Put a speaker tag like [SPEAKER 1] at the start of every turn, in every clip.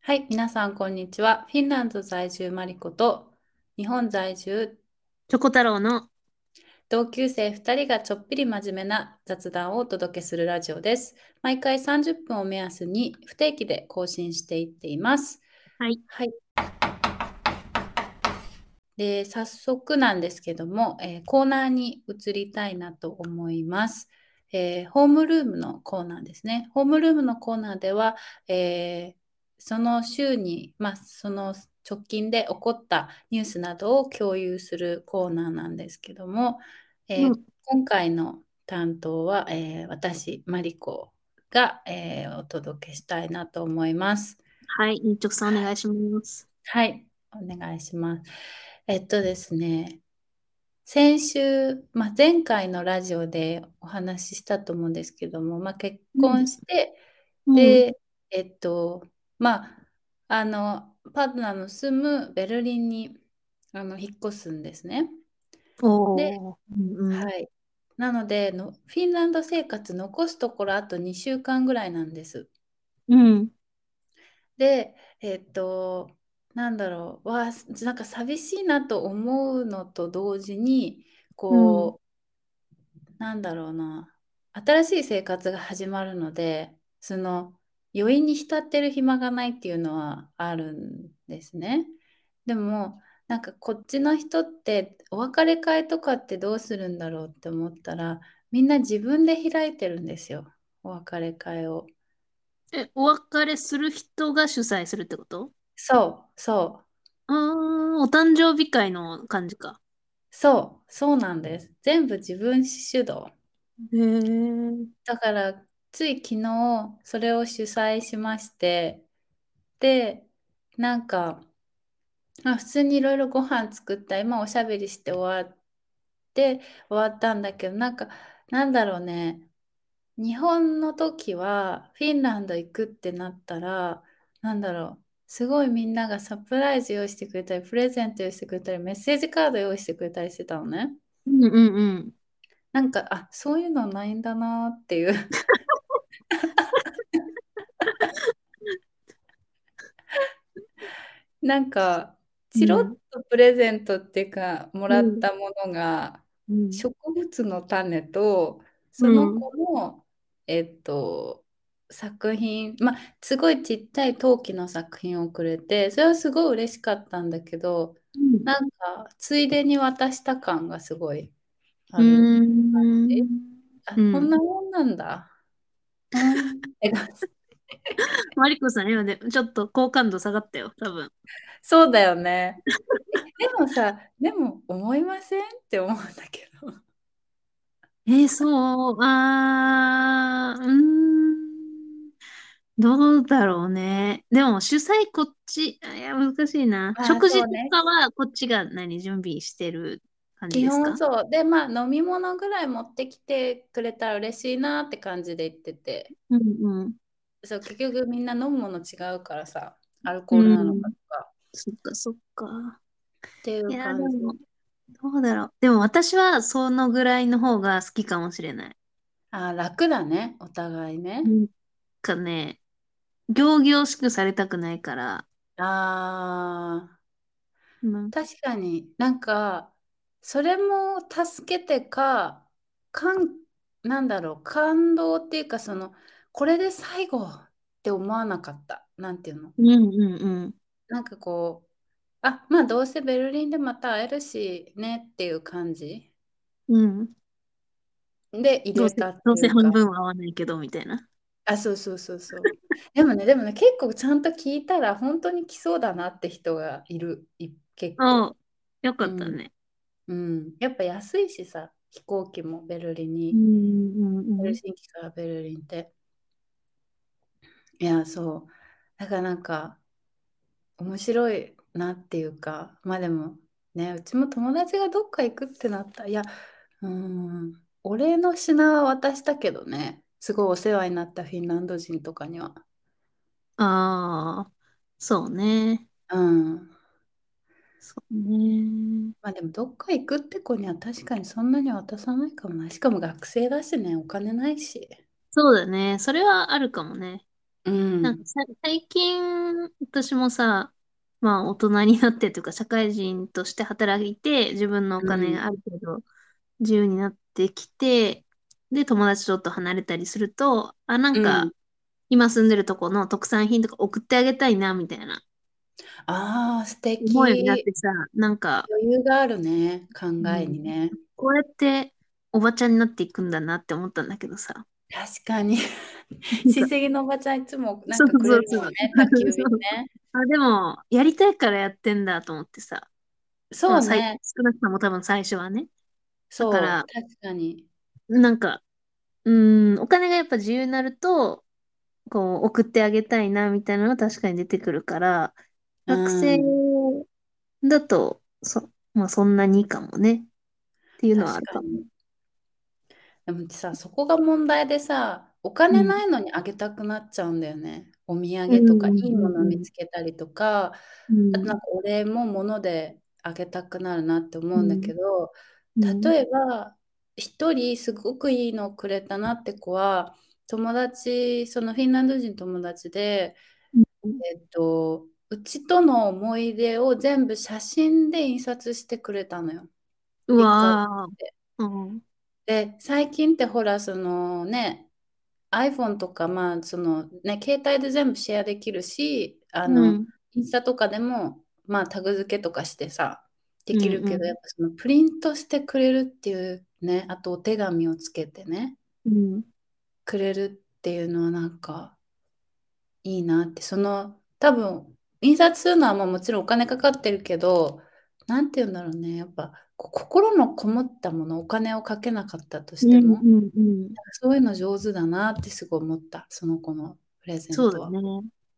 [SPEAKER 1] はい、皆さん、こんにちは。フィンランド在住マリコと、日本在住
[SPEAKER 2] チョコ太郎の。
[SPEAKER 1] 同級生2人がちょっぴり真面目な雑談をお届けするラジオです。毎回30分を目安に不定期で更新していっています。
[SPEAKER 2] はい。
[SPEAKER 1] はい。で、早速なんですけども、えーコーナーに移りたいなと思います。えーホームルームのコーナーですね。ホームルームのコーナーでは、えーその週に、まあ、その直近で起こったニュースなどを共有するコーナーなんですけども、えー
[SPEAKER 2] うん
[SPEAKER 1] 今回の担当は、えー私、マリコが、えーお届けしたいなと思います。
[SPEAKER 2] はい。日直さんお願いします。
[SPEAKER 1] はい、お願いします。えっとですね、先週、まあ、前回のラジオでお話ししたと思うんですけども、まあ、結婚して、で、えっと、まあ、あの、パートナーの住むベルリンにあの引っ越すんですね。
[SPEAKER 2] うん、お
[SPEAKER 1] で
[SPEAKER 2] ーうんうん、
[SPEAKER 1] はい。なのでの、フィンランド生活残すところあと2週間ぐらいなんです。
[SPEAKER 2] うん。
[SPEAKER 1] で、えっと、なんだろう、わあ、なんか寂しいなと思うのと同時に、こう、なんだろうな、新しい生活が始まるので、その余韻に浸ってる暇がないっていうのはあるんですね。でも、なんかこっちの人ってお別れ会とかってどうするんだろうって思ったら、みんな自分で開いてるんですよ、お別れ会を。
[SPEAKER 2] え、お別れする人が主催するってこと
[SPEAKER 1] そう、そう。
[SPEAKER 2] うーん、お誕生日会の感じか。
[SPEAKER 1] そう、そうなんです。全部自分主導。
[SPEAKER 2] へー
[SPEAKER 1] だから、つい昨日、それを主催しまして、で、なんか、まあ普通にいろいろご飯作った今おしゃべりして終わって終わったんだけどなんかなんだろうね日本の時はフィンランド行くってなったらなんだろうすごいみんながサプライズ用意してくれたりプレゼント用意してくれたりメッセージカード用意してくれたりしてたのね
[SPEAKER 2] うんうんうん。
[SPEAKER 1] なんかあそういうのないんだなっていう なんかチロッとプレゼントっていうかもらったものが、
[SPEAKER 2] うん
[SPEAKER 1] 植物の種とその子の、えっと作品まあすごいちっちゃい陶器の作品をくれてそれはすごい嬉しかったんだけど
[SPEAKER 2] うん
[SPEAKER 1] なんかついでに渡した感がすごいあ
[SPEAKER 2] う
[SPEAKER 1] る、
[SPEAKER 2] ん
[SPEAKER 1] えあこ
[SPEAKER 2] うん
[SPEAKER 1] んなもんなんだ、え
[SPEAKER 2] マリコさん、今ね、ちょっと好感度下がったよ、多分。
[SPEAKER 1] そうだよねえでもさでも思いませんって思うんだけど
[SPEAKER 2] えーそう、あー、うーん、どうだろうね。でも、主催こっち、あいや、難しいな。
[SPEAKER 1] あー
[SPEAKER 2] 食事
[SPEAKER 1] そう
[SPEAKER 2] と
[SPEAKER 1] ね
[SPEAKER 2] かは、こっちが何、準備してる感じ
[SPEAKER 1] 基
[SPEAKER 2] ですか
[SPEAKER 1] 本そうでまあ飲み物ぐらい持ってきてくれたら嬉しいなって感じで言ってて
[SPEAKER 2] うんうん。
[SPEAKER 1] そう、結局みんな飲むもの違うからさ、アルコールなのかとか
[SPEAKER 2] そっか、そっか。
[SPEAKER 1] っていう
[SPEAKER 2] いや、
[SPEAKER 1] 感
[SPEAKER 2] で
[SPEAKER 1] じ。
[SPEAKER 2] も、どうだろう。でも、私は、そのぐらいの方が好きかもしれない。
[SPEAKER 1] あー、楽だね、お互いね
[SPEAKER 2] な。んかね、仰々しくされたくないから、
[SPEAKER 1] ああ、
[SPEAKER 2] なんか
[SPEAKER 1] 確かになんか、それも助けてか、かん、なんだろう、感動っていうか、その、これで最後って思わなかった。なんていうの
[SPEAKER 2] うんうんうん。
[SPEAKER 1] なんかこう、あ、まあどうせベルリンでまた会えるしねっていう感じ
[SPEAKER 2] うん。
[SPEAKER 1] で入
[SPEAKER 2] どう
[SPEAKER 1] れ
[SPEAKER 2] せ、
[SPEAKER 1] たっ
[SPEAKER 2] ど
[SPEAKER 1] てい
[SPEAKER 2] うせ
[SPEAKER 1] う
[SPEAKER 2] 半
[SPEAKER 1] か。
[SPEAKER 2] 分は合わないけど、みたいな。
[SPEAKER 1] あ、そうそうそうそう。 でもね、でもね、結構ちゃんと聞いたら、本当に来そうだなって人がいる、い結構。
[SPEAKER 2] ああ、よか
[SPEAKER 1] う
[SPEAKER 2] った
[SPEAKER 1] ん、
[SPEAKER 2] ね。
[SPEAKER 1] うん。やっぱ安いしさ、飛行機もベルリン
[SPEAKER 2] う
[SPEAKER 1] に、
[SPEAKER 2] んうん
[SPEAKER 1] ヘ
[SPEAKER 2] う
[SPEAKER 1] ル
[SPEAKER 2] ん。
[SPEAKER 1] シンキからベルリンって。いや、そう。だからなんか、面白いなっていうか、まあでも、ね、うちも友達がどっか行くってなった。いや、うーん、お礼の品は渡したけどね、すごいお世話になったフィンランド人とかには。
[SPEAKER 2] ああ、そうね。
[SPEAKER 1] うん。
[SPEAKER 2] そうね。
[SPEAKER 1] まあでもどっか行くって子には確かにそんなに渡さないかもな。しかも学生だしね、お金ないし。
[SPEAKER 2] そうだね。それはあるかもね。
[SPEAKER 1] う
[SPEAKER 2] なんか
[SPEAKER 1] ん。
[SPEAKER 2] さ、最近、私もさ、まあ大人になってというか社会人として働いて、自分のお
[SPEAKER 1] う
[SPEAKER 2] 金
[SPEAKER 1] ん。
[SPEAKER 2] がある程度自由になってきて、で、友達ちょっと離れたりすると、あ、なん
[SPEAKER 1] うん。
[SPEAKER 2] か、今住んでるとこの特産品とか送ってあげたいな、みたいな
[SPEAKER 1] ああ、素
[SPEAKER 2] 思うようになっ
[SPEAKER 1] 敵。
[SPEAKER 2] てさ、なんか、
[SPEAKER 1] 余裕があるね。考
[SPEAKER 2] う
[SPEAKER 1] えに
[SPEAKER 2] ん、
[SPEAKER 1] ね。
[SPEAKER 2] こうやっておばちゃんになっていくんだなって思ったんだけどさ、
[SPEAKER 1] 確か に。
[SPEAKER 2] な
[SPEAKER 1] 親
[SPEAKER 2] んか、
[SPEAKER 1] 戚のおばちゃんいつもなん
[SPEAKER 2] そう
[SPEAKER 1] かく
[SPEAKER 2] そ
[SPEAKER 1] れ
[SPEAKER 2] う
[SPEAKER 1] る
[SPEAKER 2] そ
[SPEAKER 1] もん
[SPEAKER 2] う、
[SPEAKER 1] ね。宅急便
[SPEAKER 2] そう、
[SPEAKER 1] ね。
[SPEAKER 2] あ、でも、やりたいからやってんだと思ってさ、ま
[SPEAKER 1] そ
[SPEAKER 2] あ、
[SPEAKER 1] う
[SPEAKER 2] 最、
[SPEAKER 1] ね。
[SPEAKER 2] 少なくとも多分最初はね。だか
[SPEAKER 1] そう。
[SPEAKER 2] ら、
[SPEAKER 1] 確かに。
[SPEAKER 2] なんか、うん、お金がやっぱ自由になると、こう、送ってあげたいな、みたいなのは確かに出てくるから、
[SPEAKER 1] う
[SPEAKER 2] 学生
[SPEAKER 1] ん。
[SPEAKER 2] だと、そ、まあ、そんなにかもね、っていうのはあ
[SPEAKER 1] 確
[SPEAKER 2] る
[SPEAKER 1] か
[SPEAKER 2] かも。
[SPEAKER 1] に。でもさ、そこが問題でさ、お
[SPEAKER 2] う
[SPEAKER 1] 金
[SPEAKER 2] ん。
[SPEAKER 1] ないのにあげたくなっちゃうんだよね。お土
[SPEAKER 2] う
[SPEAKER 1] 産とかい
[SPEAKER 2] ん、
[SPEAKER 1] いもの見
[SPEAKER 2] うん、
[SPEAKER 1] つけたりとか、
[SPEAKER 2] うん、
[SPEAKER 1] あと
[SPEAKER 2] う
[SPEAKER 1] なん
[SPEAKER 2] ん、
[SPEAKER 1] かお礼も物であげたくなるなって
[SPEAKER 2] う
[SPEAKER 1] 思うんだ
[SPEAKER 2] ん、
[SPEAKER 1] けど、
[SPEAKER 2] うん、
[SPEAKER 1] 例えば一人すごくいいのくれたなって子は、友達、そのフィンランド人友達で、えっと、うちとの思い出を全部写真で印刷してくれたのよ。
[SPEAKER 2] う
[SPEAKER 1] 一回送っ
[SPEAKER 2] わ
[SPEAKER 1] て。
[SPEAKER 2] ー、うん、
[SPEAKER 1] で、最近ってほら、そのね、iPhone とか、まあ、そのね、携帯で全部シェアできるし、あ
[SPEAKER 2] う
[SPEAKER 1] の、
[SPEAKER 2] ん、
[SPEAKER 1] インスタとかでも、まあ、タグ付けとかしてさ、で
[SPEAKER 2] う
[SPEAKER 1] き
[SPEAKER 2] ん、
[SPEAKER 1] る
[SPEAKER 2] う
[SPEAKER 1] けど、やっ
[SPEAKER 2] ん、
[SPEAKER 1] ぱそのプリントしてくれるっていうね、あとお手紙をつけてね、
[SPEAKER 2] うん、
[SPEAKER 1] くれるっていうのはなんかいいなって、その、多分、印刷するのはまあもちろんお金かかってるけど、なんて言うんだろうね、やっぱ、こ心のこもったもの、お金をかけなかったとし
[SPEAKER 2] う
[SPEAKER 1] て
[SPEAKER 2] ん、
[SPEAKER 1] も、
[SPEAKER 2] うんうん。
[SPEAKER 1] そういうの上手だなってすごい思った、その子のプレゼン
[SPEAKER 2] そう
[SPEAKER 1] ト
[SPEAKER 2] だ
[SPEAKER 1] は。
[SPEAKER 2] ね。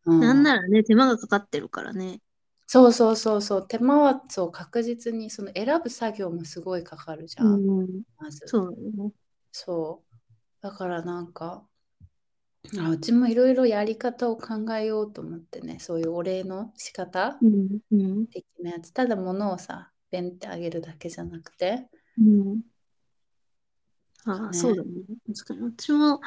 [SPEAKER 1] う。
[SPEAKER 2] なんなんらね、手間がかかってるからね。
[SPEAKER 1] そうそうそうそう。手間はそう確実に、その選ぶ作業もすごいかかるじゃ
[SPEAKER 2] う
[SPEAKER 1] ん。
[SPEAKER 2] ん。
[SPEAKER 1] まず。
[SPEAKER 2] そうだね。
[SPEAKER 1] そう。だからなんか、あ、うちもいろいろやり方を考えようと思ってね、そういうお礼の仕方
[SPEAKER 2] うん、うん、
[SPEAKER 1] 的なやつ、ただ物をさ、ベンってあげるだけじゃなくて、
[SPEAKER 2] うん。
[SPEAKER 1] なんか
[SPEAKER 2] ああ、そう
[SPEAKER 1] ね、
[SPEAKER 2] だね。確かに。私も、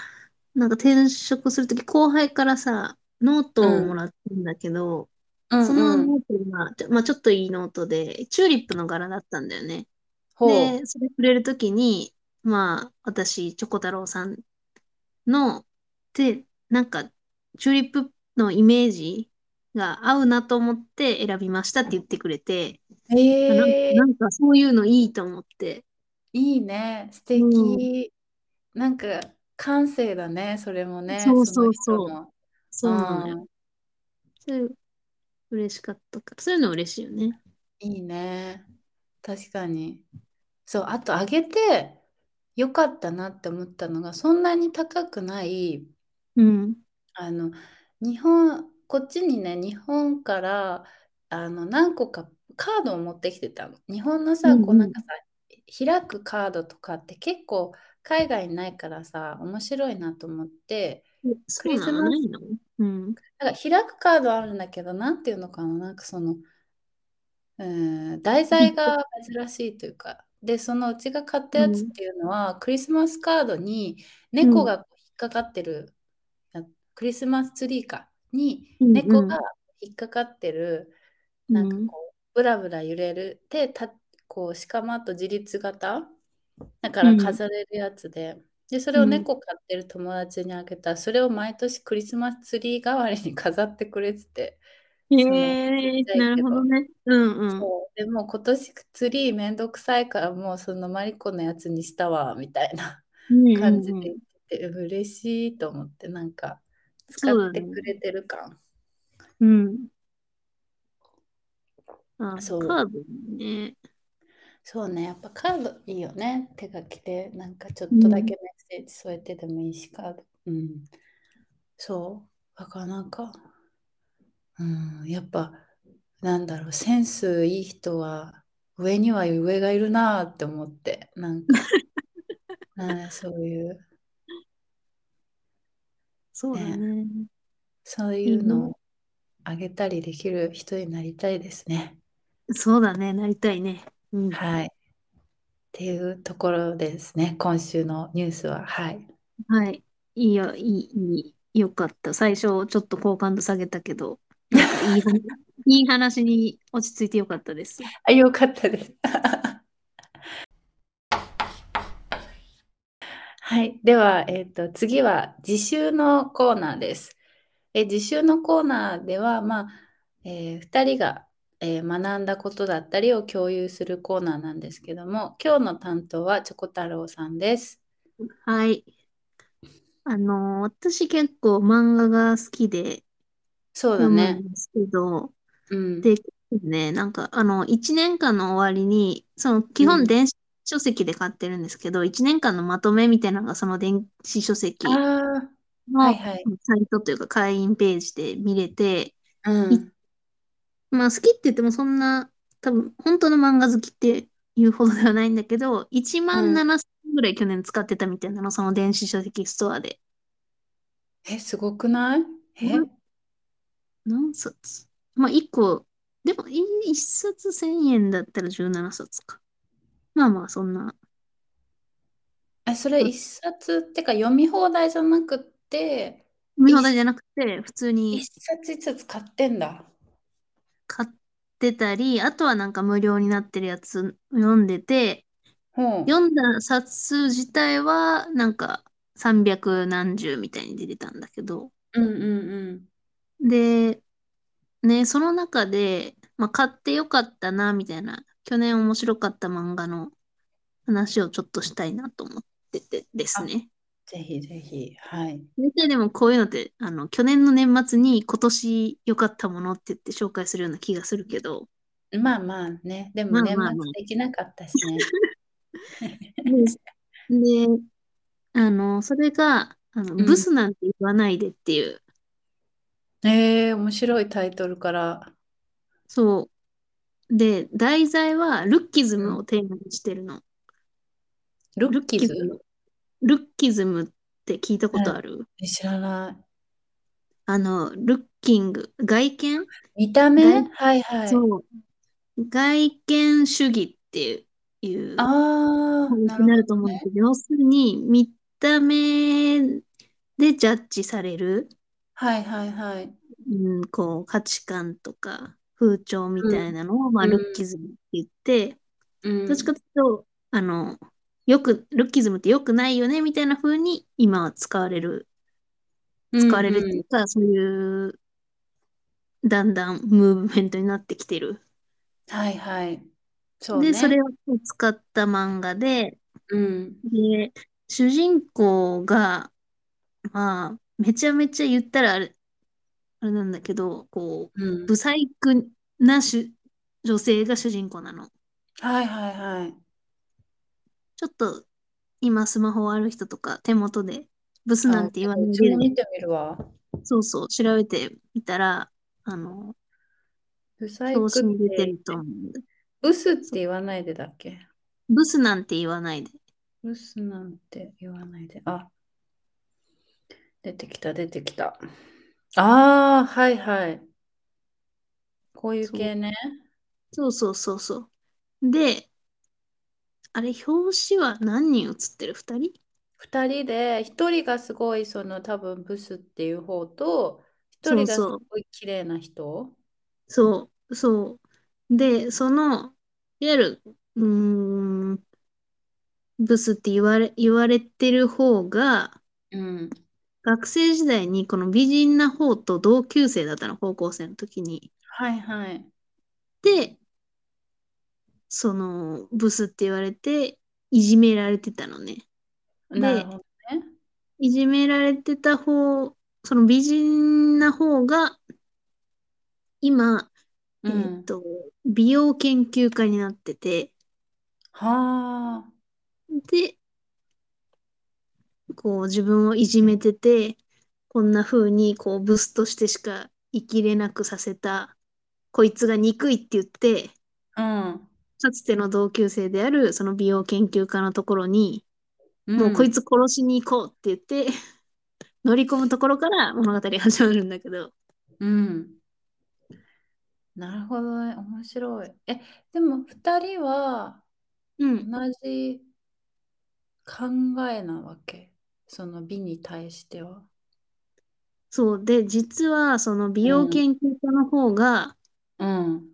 [SPEAKER 2] なんか転職するとき、後輩からさ、ノー
[SPEAKER 1] う
[SPEAKER 2] トをも
[SPEAKER 1] ん、
[SPEAKER 2] らったんだけど、
[SPEAKER 1] う
[SPEAKER 2] その
[SPEAKER 1] んうん、
[SPEAKER 2] ノートが、ちょまあ、ちょっといいノートで、チューリップの柄だったんだよね。
[SPEAKER 1] ほ
[SPEAKER 2] で、それくれるときに、まあ、私、チョコ太郎さんの、で、なんか、チューリップのイメージが合うなと思って選びましたって言ってくれて、
[SPEAKER 1] う。
[SPEAKER 2] あなん、
[SPEAKER 1] え
[SPEAKER 2] な
[SPEAKER 1] ー、
[SPEAKER 2] んかそういうのいいと思って。
[SPEAKER 1] いいね、素
[SPEAKER 2] うん。
[SPEAKER 1] 敵。なんか感性だね、それもね、
[SPEAKER 2] そう
[SPEAKER 1] その
[SPEAKER 2] そう
[SPEAKER 1] 人
[SPEAKER 2] そう。
[SPEAKER 1] の。
[SPEAKER 2] そうなの
[SPEAKER 1] う
[SPEAKER 2] よ。
[SPEAKER 1] ん、
[SPEAKER 2] それ嬉しかったから。そういうの嬉しいよね。
[SPEAKER 1] いいね。確かに。そう、あとあげてよかったなって思ったのが、そんなに高くない、
[SPEAKER 2] うん。
[SPEAKER 1] あの、日本、こっちにね、日本から、あの、何個かカードを持ってきてたの。日本の
[SPEAKER 2] う
[SPEAKER 1] さ、こうなん
[SPEAKER 2] ん
[SPEAKER 1] かさ、開くカードとかって結構海外にないからさ、面白いなと思って、
[SPEAKER 2] うん。
[SPEAKER 1] ク
[SPEAKER 2] そう
[SPEAKER 1] リ
[SPEAKER 2] な
[SPEAKER 1] ス
[SPEAKER 2] の
[SPEAKER 1] マ
[SPEAKER 2] ない
[SPEAKER 1] ス
[SPEAKER 2] のうん。
[SPEAKER 1] なんか開くカードあるんだけど、なんていうのかな、なんかその、うん、題
[SPEAKER 2] ギ
[SPEAKER 1] 材
[SPEAKER 2] フト。
[SPEAKER 1] が珍しいというか、で、そのうちが買った
[SPEAKER 2] う
[SPEAKER 1] やつっ
[SPEAKER 2] ん。
[SPEAKER 1] ていうのは、クリスマスカードに
[SPEAKER 2] う
[SPEAKER 1] 猫
[SPEAKER 2] ん。
[SPEAKER 1] が引っかかってる、あクリスマスツリーか、に
[SPEAKER 2] うん。
[SPEAKER 1] 猫
[SPEAKER 2] う
[SPEAKER 1] が
[SPEAKER 2] ん。
[SPEAKER 1] 引っかかってる、
[SPEAKER 2] う
[SPEAKER 1] なんか
[SPEAKER 2] ん。
[SPEAKER 1] こう、ぶらぶら揺れる、で、た、こう、しかもあと自立型だか
[SPEAKER 2] う
[SPEAKER 1] ら
[SPEAKER 2] ん。
[SPEAKER 1] 飾れるやつで、で、それ
[SPEAKER 2] う
[SPEAKER 1] を
[SPEAKER 2] ん
[SPEAKER 1] 猫飼ってる友達にあげたら、それを毎年クリスマスツリー代わりに飾ってくれてて、その、ちっ
[SPEAKER 2] へえ、
[SPEAKER 1] ちゃい
[SPEAKER 2] なる
[SPEAKER 1] け
[SPEAKER 2] ほど
[SPEAKER 1] ど。
[SPEAKER 2] ね。うんうん。
[SPEAKER 1] そう。でもう今年ツリーめんどくさいからもうそのマリコのやつにしたわみたいな
[SPEAKER 2] うんう
[SPEAKER 1] 感じで
[SPEAKER 2] んうん。
[SPEAKER 1] 言ってて嬉しいと思ってなんか使
[SPEAKER 2] そう
[SPEAKER 1] っ
[SPEAKER 2] だ
[SPEAKER 1] て
[SPEAKER 2] ね。
[SPEAKER 1] くれてる感。
[SPEAKER 2] うん。あ、
[SPEAKER 1] そ
[SPEAKER 2] カ
[SPEAKER 1] う。
[SPEAKER 2] ードね。
[SPEAKER 1] そうね。やっぱカードいいよね。手書きでなんかちょ
[SPEAKER 2] う
[SPEAKER 1] っとだ
[SPEAKER 2] ん。
[SPEAKER 1] けメッセージ添えてでもいいしカード。うん。そう。だからなんか、うん、やっぱなんだろうセンスいい人は上には上がいるなって思ってなん か、ね、そういう。
[SPEAKER 2] そうだ
[SPEAKER 1] ね、
[SPEAKER 2] ね。
[SPEAKER 1] そうい
[SPEAKER 2] いういね。
[SPEAKER 1] のをあげたりできる人になりたいですね。
[SPEAKER 2] そうだね。なりたいね。うん。
[SPEAKER 1] はい。っていうところですね。今週のニュースは。はい。
[SPEAKER 2] はい。いいよ。いい、いい。よかった。最初、ちょっと好感度下げた けど、なんかいい話、いい話に落ち着いてよかったです。
[SPEAKER 1] あ、よかったです。 はい。では、えっと、次は自習のコーナーです。え、自習のコーナーでは、まあ、え2人が、えー学んだことだったりを共有するコーナーなんですけども、今日の担当はチョコ太郎さんです。
[SPEAKER 2] はい。あの、私結構漫画が好きで
[SPEAKER 1] そうだ
[SPEAKER 2] 読む
[SPEAKER 1] ね。
[SPEAKER 2] んですけど、
[SPEAKER 1] うん。
[SPEAKER 2] で、ね、なんか、あの、1年間の終わりに、その、基
[SPEAKER 1] う
[SPEAKER 2] 本
[SPEAKER 1] ん
[SPEAKER 2] 電子書籍で買ってるんですけど、1年間のまとめみたいなのが、その電子書籍
[SPEAKER 1] ああ、
[SPEAKER 2] の
[SPEAKER 1] はいはい。
[SPEAKER 2] サイトというか会員ページで見れて、
[SPEAKER 1] うん。
[SPEAKER 2] まあ、好きって言ってもそんな、多分、本当の漫画好きっていうほどではないんだけど、1
[SPEAKER 1] う
[SPEAKER 2] 万
[SPEAKER 1] ん
[SPEAKER 2] 7000円ぐらい去年使ってたみたいなの、その電子書籍ストアで。
[SPEAKER 1] え、すごくないえ、
[SPEAKER 2] な何冊まあ、1個、でも、い1冊1000円だったら17冊か。まあまあ、そんな。
[SPEAKER 1] え、それ一冊ってか読み放題じゃなくって、
[SPEAKER 2] 見放題じ
[SPEAKER 1] 一
[SPEAKER 2] ゃなくて、普通
[SPEAKER 1] 一
[SPEAKER 2] に
[SPEAKER 1] 冊一冊買ってんだ。
[SPEAKER 2] 買ってたり、あとはなんか無料になってるやつ読んでて、
[SPEAKER 1] ほう。
[SPEAKER 2] 読んだ冊数自体はなんか300何十みたいに出てたんだけど、
[SPEAKER 1] うんうんうん。
[SPEAKER 2] で、ね、その中で、まあ、買ってよかったな、みたいな、去年面白かった漫画の話をちょっとしたいなと思っててです
[SPEAKER 1] あ、
[SPEAKER 2] ね。
[SPEAKER 1] ぜひぜひ。はい。
[SPEAKER 2] 大体でもこういうのって、あの、去年の年末に今年良かったものって言って紹介するような気がするけど、
[SPEAKER 1] まあまあね。でも
[SPEAKER 2] まあ
[SPEAKER 1] 年
[SPEAKER 2] まあ
[SPEAKER 1] 末
[SPEAKER 2] まあ。
[SPEAKER 1] できなかったしね。
[SPEAKER 2] で、であの、それが、あの、
[SPEAKER 1] う
[SPEAKER 2] ブ
[SPEAKER 1] ん。
[SPEAKER 2] スなんて言わないでっていう、
[SPEAKER 1] えー、面白いタイトルから。
[SPEAKER 2] そう。で、題材はルッキズ
[SPEAKER 1] う
[SPEAKER 2] ム
[SPEAKER 1] ん
[SPEAKER 2] をテーマにしてるの。
[SPEAKER 1] ル
[SPEAKER 2] ル
[SPEAKER 1] ッ
[SPEAKER 2] ッ
[SPEAKER 1] キ
[SPEAKER 2] キ
[SPEAKER 1] ズ
[SPEAKER 2] ズム。ルッキズムって聞いたことある
[SPEAKER 1] うん。知らな
[SPEAKER 2] あの、ルッキング、外見
[SPEAKER 1] い。見た目
[SPEAKER 2] 外、
[SPEAKER 1] はいはい。
[SPEAKER 2] そう、外見主義っていう、いう
[SPEAKER 1] あー、
[SPEAKER 2] 話
[SPEAKER 1] な
[SPEAKER 2] に
[SPEAKER 1] る
[SPEAKER 2] な
[SPEAKER 1] ほ
[SPEAKER 2] ると
[SPEAKER 1] ど
[SPEAKER 2] 思うんだ
[SPEAKER 1] ね。
[SPEAKER 2] けど、要するに見た目でジャッジされる、
[SPEAKER 1] はいはいはい。
[SPEAKER 2] うん、こう価値観とか風潮み
[SPEAKER 1] う
[SPEAKER 2] たい
[SPEAKER 1] ん。
[SPEAKER 2] なのを、まあ、
[SPEAKER 1] う
[SPEAKER 2] ルッキ
[SPEAKER 1] ん。
[SPEAKER 2] ズムって言って、
[SPEAKER 1] う
[SPEAKER 2] どっちか
[SPEAKER 1] ん。
[SPEAKER 2] というと、あの、よく、ルッキズムって良くないよねみたいな風に今は使われる、
[SPEAKER 1] う
[SPEAKER 2] 使わ
[SPEAKER 1] ん
[SPEAKER 2] れるって
[SPEAKER 1] う。
[SPEAKER 2] いうんか、そういう、だんだんムーブメントになってきてる。
[SPEAKER 1] はいはい。そう
[SPEAKER 2] で、そ
[SPEAKER 1] ね。
[SPEAKER 2] れを使った漫画で、
[SPEAKER 1] うん。
[SPEAKER 2] で、主人公が、まあ、めちゃめちゃ言ったらあれ、あれなんだけど、こう、
[SPEAKER 1] うん。
[SPEAKER 2] 不細工な主女性が主人公なの。
[SPEAKER 1] はいはいはい。
[SPEAKER 2] ちょっと今スマホある人とか手元でブスな
[SPEAKER 1] あ、
[SPEAKER 2] んて言わ
[SPEAKER 1] う
[SPEAKER 2] ない
[SPEAKER 1] ち
[SPEAKER 2] で
[SPEAKER 1] も
[SPEAKER 2] で、
[SPEAKER 1] 見てみるわ。
[SPEAKER 2] そうそう、調べてみたら、あの、
[SPEAKER 1] 不細
[SPEAKER 2] 表
[SPEAKER 1] 工っ
[SPEAKER 2] 紙に出て
[SPEAKER 1] て、
[SPEAKER 2] ると思うんで。
[SPEAKER 1] ブスって
[SPEAKER 2] そう
[SPEAKER 1] 言わないでだっけ
[SPEAKER 2] ブスなんて言わないで。
[SPEAKER 1] ブスなんて言わないで。あ、出てきた、出てきた。ああ、はいはい。こういう
[SPEAKER 2] そう
[SPEAKER 1] 系ね。
[SPEAKER 2] そうそうそうそう。で、あれ、表紙は何人写ってる ?2 人
[SPEAKER 1] 二人で、一人がすごい、その多分ブスっていう方と、一
[SPEAKER 2] そ
[SPEAKER 1] 人
[SPEAKER 2] う
[SPEAKER 1] がす
[SPEAKER 2] そう。
[SPEAKER 1] ごい綺麗な人。
[SPEAKER 2] そう、そう。で、その、いわゆる、うーん、ブスって言われ、言われてる方が、
[SPEAKER 1] うん。
[SPEAKER 2] 学生時代にこの美人な方と同級生だったの、高校生の時に。
[SPEAKER 1] はいはい。
[SPEAKER 2] で、その、ブスって言われて、いじめられてたのね。
[SPEAKER 1] なる
[SPEAKER 2] で、
[SPEAKER 1] ほどね。
[SPEAKER 2] いじめられてた方、その美人な方が、今、
[SPEAKER 1] う
[SPEAKER 2] えっ
[SPEAKER 1] ん。
[SPEAKER 2] と、美容研究家になってて、
[SPEAKER 1] はあ。
[SPEAKER 2] で、こう自分をいじめてて、こんな風にこうブスとしてしか生きれなくさせた、こいつが憎いって言って、
[SPEAKER 1] うん。
[SPEAKER 2] かつての同級生であるその美容研究家のところに、
[SPEAKER 1] う
[SPEAKER 2] もうこい
[SPEAKER 1] ん。
[SPEAKER 2] つ殺しに行こうって言って 乗り込むところから物語が始まるんだけど、
[SPEAKER 1] うん。なるほどね。面白い。え、でも二人は
[SPEAKER 2] う
[SPEAKER 1] 同
[SPEAKER 2] ん、
[SPEAKER 1] じ考えなわけ。その美に対しては。
[SPEAKER 2] そうで、実はその美容
[SPEAKER 1] うん、
[SPEAKER 2] 研究家の方が、
[SPEAKER 1] うん、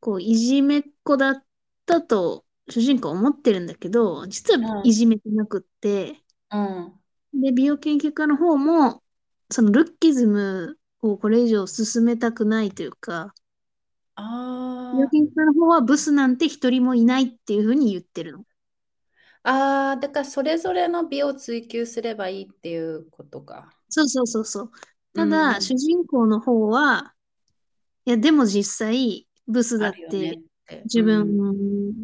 [SPEAKER 2] こう、いじめっ子だったと主人公は思ってるんだけど、実
[SPEAKER 1] う
[SPEAKER 2] はい
[SPEAKER 1] ん、
[SPEAKER 2] じめてなくって、
[SPEAKER 1] うん、
[SPEAKER 2] で、美容研究家の方も、そのルッキズムをこれ以上進めたくないというか、美容
[SPEAKER 1] あ
[SPEAKER 2] 研究家の方はブスなんて一人もいないっていうふうに言ってるの。
[SPEAKER 1] あ、ああ、だからそれぞれの美を追求すればいいっていうことか。
[SPEAKER 2] そうそうそうそう。
[SPEAKER 1] う
[SPEAKER 2] ただ、主
[SPEAKER 1] ん、
[SPEAKER 2] 人公の方は、いや、でも実際、ブスだ
[SPEAKER 1] あ
[SPEAKER 2] っ
[SPEAKER 1] るよね
[SPEAKER 2] て、
[SPEAKER 1] って。
[SPEAKER 2] 自
[SPEAKER 1] う
[SPEAKER 2] 分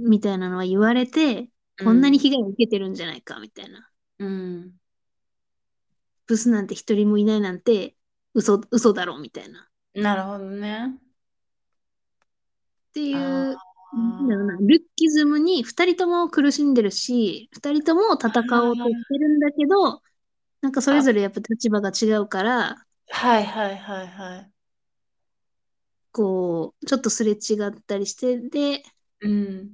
[SPEAKER 1] ん、
[SPEAKER 2] みたいなのは言われて、
[SPEAKER 1] う
[SPEAKER 2] こんなに
[SPEAKER 1] ん、
[SPEAKER 2] 被害を受けてるんじゃないか、みたいな。
[SPEAKER 1] うん。
[SPEAKER 2] ブスなんて一人もいないなんて、嘘、嘘だろ、みたいな。っ
[SPEAKER 1] なるほどね。
[SPEAKER 2] てい
[SPEAKER 1] あ
[SPEAKER 2] う、なんだろうな、
[SPEAKER 1] あ、
[SPEAKER 2] ルッキズムに二人とも苦しんでるし、二人とも戦おうとしてるんだけど、なんかそれ
[SPEAKER 1] あ、
[SPEAKER 2] ぞれやっぱ立場が違うから、
[SPEAKER 1] はいはいはいはい。
[SPEAKER 2] こう、ちょっとすれ違ったりして、で、
[SPEAKER 1] うん、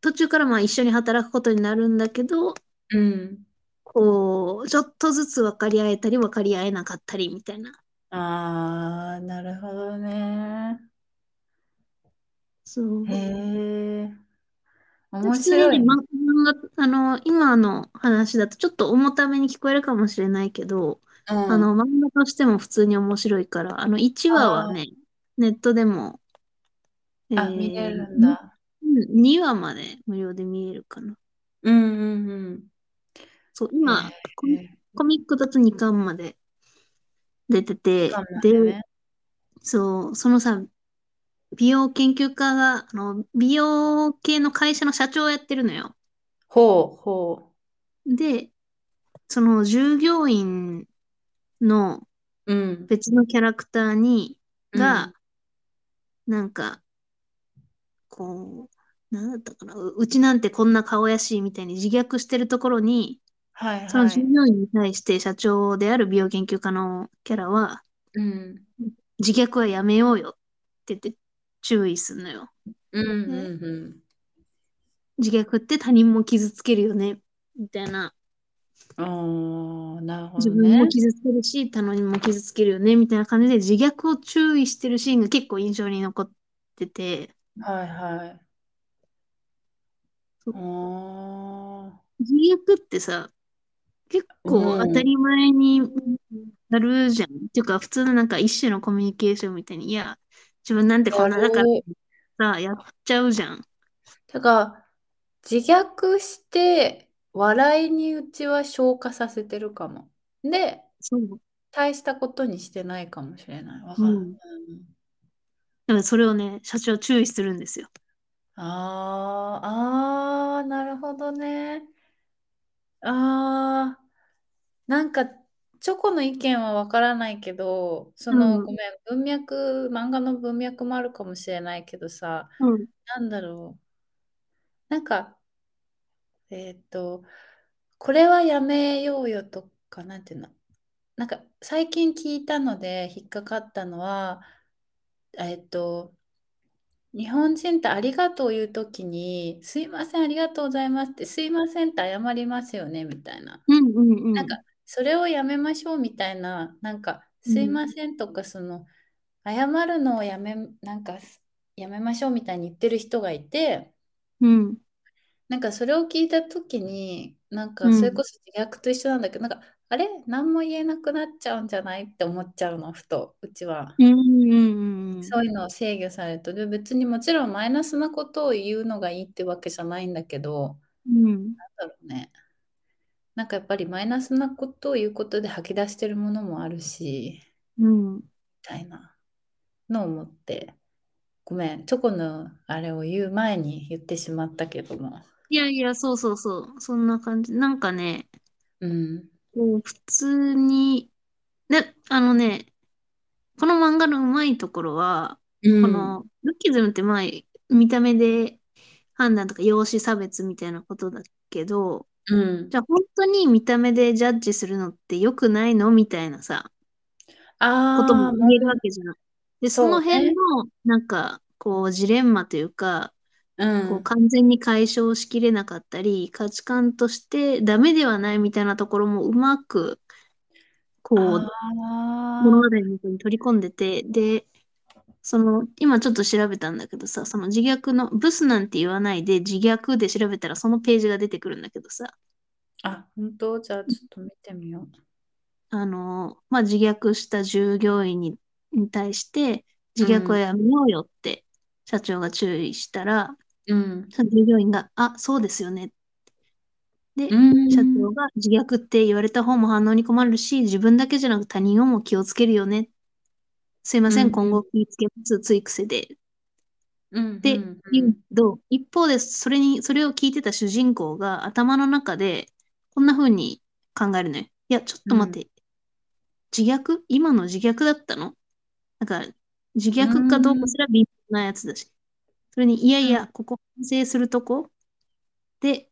[SPEAKER 2] 途中からまあ一緒に働くことになるんだけど、
[SPEAKER 1] うん。
[SPEAKER 2] こう、ちょっとずつ分かり合えたり分かり合えなかったりみたいな。
[SPEAKER 1] ああ、なるほどね。
[SPEAKER 2] そ
[SPEAKER 1] へ
[SPEAKER 2] う。
[SPEAKER 1] え、
[SPEAKER 2] 普
[SPEAKER 1] 面
[SPEAKER 2] 通に
[SPEAKER 1] 白
[SPEAKER 2] ね、
[SPEAKER 1] い
[SPEAKER 2] ま、
[SPEAKER 1] ね。
[SPEAKER 2] 漫画、あの、今の話だとちょっと重ために聞こえるかもしれないけど、
[SPEAKER 1] う
[SPEAKER 2] あの、
[SPEAKER 1] ん。
[SPEAKER 2] 漫画としても普通に面白いから、あの、1話は
[SPEAKER 1] あ
[SPEAKER 2] ね、ネットでも、え
[SPEAKER 1] あ、あ、見
[SPEAKER 2] ー、
[SPEAKER 1] れるん
[SPEAKER 2] に
[SPEAKER 1] だ。
[SPEAKER 2] うん2話まで無料で見えるかな。
[SPEAKER 1] うんうん
[SPEAKER 2] そう、
[SPEAKER 1] うん。
[SPEAKER 2] 今、
[SPEAKER 1] へ
[SPEAKER 2] コミ、
[SPEAKER 1] え、
[SPEAKER 2] コミックだと2巻まで出て
[SPEAKER 1] か
[SPEAKER 2] て、
[SPEAKER 1] んな
[SPEAKER 2] で、
[SPEAKER 1] いね。
[SPEAKER 2] そう、そのさ、美容研究家が、あの、美容系の会社の社長をやってるのよ。
[SPEAKER 1] ほうほ
[SPEAKER 2] で、その従業員の
[SPEAKER 1] う。うん、
[SPEAKER 2] 別のキャラクターに、
[SPEAKER 1] うん、
[SPEAKER 2] が、なんか、こう、なんだったかな、う、うちなんてこんな顔やし、みたいに自虐してるところに、
[SPEAKER 1] はい
[SPEAKER 2] その
[SPEAKER 1] は
[SPEAKER 2] 従
[SPEAKER 1] い。
[SPEAKER 2] 業員に対して社長である美容研究家のキャラは、
[SPEAKER 1] うん、
[SPEAKER 2] 自虐はやめようよって言って注意するのよ。
[SPEAKER 1] うん
[SPEAKER 2] で
[SPEAKER 1] うんうん。
[SPEAKER 2] 自虐って他人も傷つけるよね、みたいな。
[SPEAKER 1] ああ、なるほ
[SPEAKER 2] 自
[SPEAKER 1] ど
[SPEAKER 2] 分も
[SPEAKER 1] ね。
[SPEAKER 2] 傷つけるし、他人も傷つけるよね、みたいな感じで自虐を注意してるシーンが結構印象に残ってて、
[SPEAKER 1] はいはい。
[SPEAKER 2] そう
[SPEAKER 1] ああ、
[SPEAKER 2] 自虐ってさ、結構当
[SPEAKER 1] う
[SPEAKER 2] た
[SPEAKER 1] ん。
[SPEAKER 2] り前になるじゃん。っていうか、普通のなんか一種のコミュニケーションみたいに、いや、自分なんてこ
[SPEAKER 1] や
[SPEAKER 2] んなだから
[SPEAKER 1] る。
[SPEAKER 2] さ、やっちゃうじゃん。
[SPEAKER 1] だから、自虐して笑いにうちは消化させてるかも。で、
[SPEAKER 2] そう。
[SPEAKER 1] 大したことにしてないかもしれない。わ
[SPEAKER 2] う
[SPEAKER 1] かる。
[SPEAKER 2] ん。だからそれをね、社長注意するんですよ。
[SPEAKER 1] ああ、ああ、なるほどね。ああ、なんか、チョコの意見はわからないけど、そうの、ごめ
[SPEAKER 2] ん。
[SPEAKER 1] ん、文脈、漫画の文脈もあるかもしれないけどさ、
[SPEAKER 2] うん。
[SPEAKER 1] なんだろう。なんか、えっと、これはやめようよとか、なんていうの。なんか、最近聞いたので引っかかったのは、えっと、日本人ってありがとうを言うときに、すいません、ありがとうございますって、すいませんって謝りますよね、みたいな。
[SPEAKER 2] うんうんう
[SPEAKER 1] なんか、
[SPEAKER 2] ん。
[SPEAKER 1] それをやめましょうみたいな、なんか、
[SPEAKER 2] う
[SPEAKER 1] すい
[SPEAKER 2] ん。
[SPEAKER 1] ませんとか、その、謝るのをやめ、なんか、すやめましょうみたいに言ってる人がいて、
[SPEAKER 2] うん。
[SPEAKER 1] なんかそれを聞いた時になん
[SPEAKER 2] う
[SPEAKER 1] かそれ
[SPEAKER 2] ん。
[SPEAKER 1] こそ自虐と一緒なんだけどなんかあれ何も言えなくなっちゃうんじゃないって思っちゃうのふとうちは
[SPEAKER 2] うんうんうん
[SPEAKER 1] そういうのを制御されるとで別にもちろんマイナスなことを言うのがいいってわけじゃないんだけど
[SPEAKER 2] うんうん
[SPEAKER 1] なんだろうねなんかやっぱりマイナスなことを言うことで吐き出してるものもあるし
[SPEAKER 2] うん
[SPEAKER 1] みたいなのを思ってごめんチョコのあれを言う前に言ってしまったけども
[SPEAKER 2] いやいや、そうそうそう。そんな感じ。なんかね、
[SPEAKER 1] うん
[SPEAKER 2] こう普通に、ね、あのね、この漫画のうまいところは、
[SPEAKER 1] う
[SPEAKER 2] こ
[SPEAKER 1] ん
[SPEAKER 2] の、ルッキズムってまあ、見た目で判断とか、容姿差別みたいなことだけど、
[SPEAKER 1] うん
[SPEAKER 2] じゃあ本当に見た目でジャッジするのって良くないのみたいなさ、ことも
[SPEAKER 1] ああー
[SPEAKER 2] 言える
[SPEAKER 1] ま
[SPEAKER 2] わ
[SPEAKER 1] あ
[SPEAKER 2] けじゃん。で、そ
[SPEAKER 1] そ
[SPEAKER 2] の
[SPEAKER 1] う
[SPEAKER 2] 辺
[SPEAKER 1] ね。
[SPEAKER 2] の、なんか、こう、ジレンマというか、
[SPEAKER 1] う。
[SPEAKER 2] こうん完全に解消しきれなかったり、価値観としてダメではないみたいなところもうまくこう、物
[SPEAKER 1] あ
[SPEAKER 2] 語の中に取り込んでて、で、その、今ちょっと調べたんだけどさ、その自虐の、ブスなんて言わないで自虐で調べたらそのページが出てくるんだけどさ、
[SPEAKER 1] あ、あ、本当じゃあちょっと見てみよう。
[SPEAKER 2] あの、まあ、自虐した従業員に、に対して、
[SPEAKER 1] う
[SPEAKER 2] 自虐は
[SPEAKER 1] ん、
[SPEAKER 2] やめようよって社長が注意したら、
[SPEAKER 1] うん、
[SPEAKER 2] その従業員が、あ、そうですよね。
[SPEAKER 1] う
[SPEAKER 2] で、社長
[SPEAKER 1] ん、
[SPEAKER 2] が自虐って言われた方も反応に困るし、自分だけじゃなく他人をも気をつけるよね。すいま
[SPEAKER 1] う
[SPEAKER 2] せん、
[SPEAKER 1] ん、
[SPEAKER 2] 今
[SPEAKER 1] うん、
[SPEAKER 2] 後気をつけます。つい癖で。
[SPEAKER 1] うん、う
[SPEAKER 2] で、
[SPEAKER 1] ん、う。
[SPEAKER 2] 言うんと、一方で、それに、それを聞いてた主人公が頭の中で、こんな風に考えるのよ。いや、ちょっ
[SPEAKER 1] う
[SPEAKER 2] と待
[SPEAKER 1] ん
[SPEAKER 2] って、自虐今の自虐だったのなんか、自
[SPEAKER 1] う
[SPEAKER 2] 虐かどうか
[SPEAKER 1] ん
[SPEAKER 2] すら微妙なやつだし。それに、いや
[SPEAKER 1] う
[SPEAKER 2] い
[SPEAKER 1] ん
[SPEAKER 2] や、ここ反省するとこで、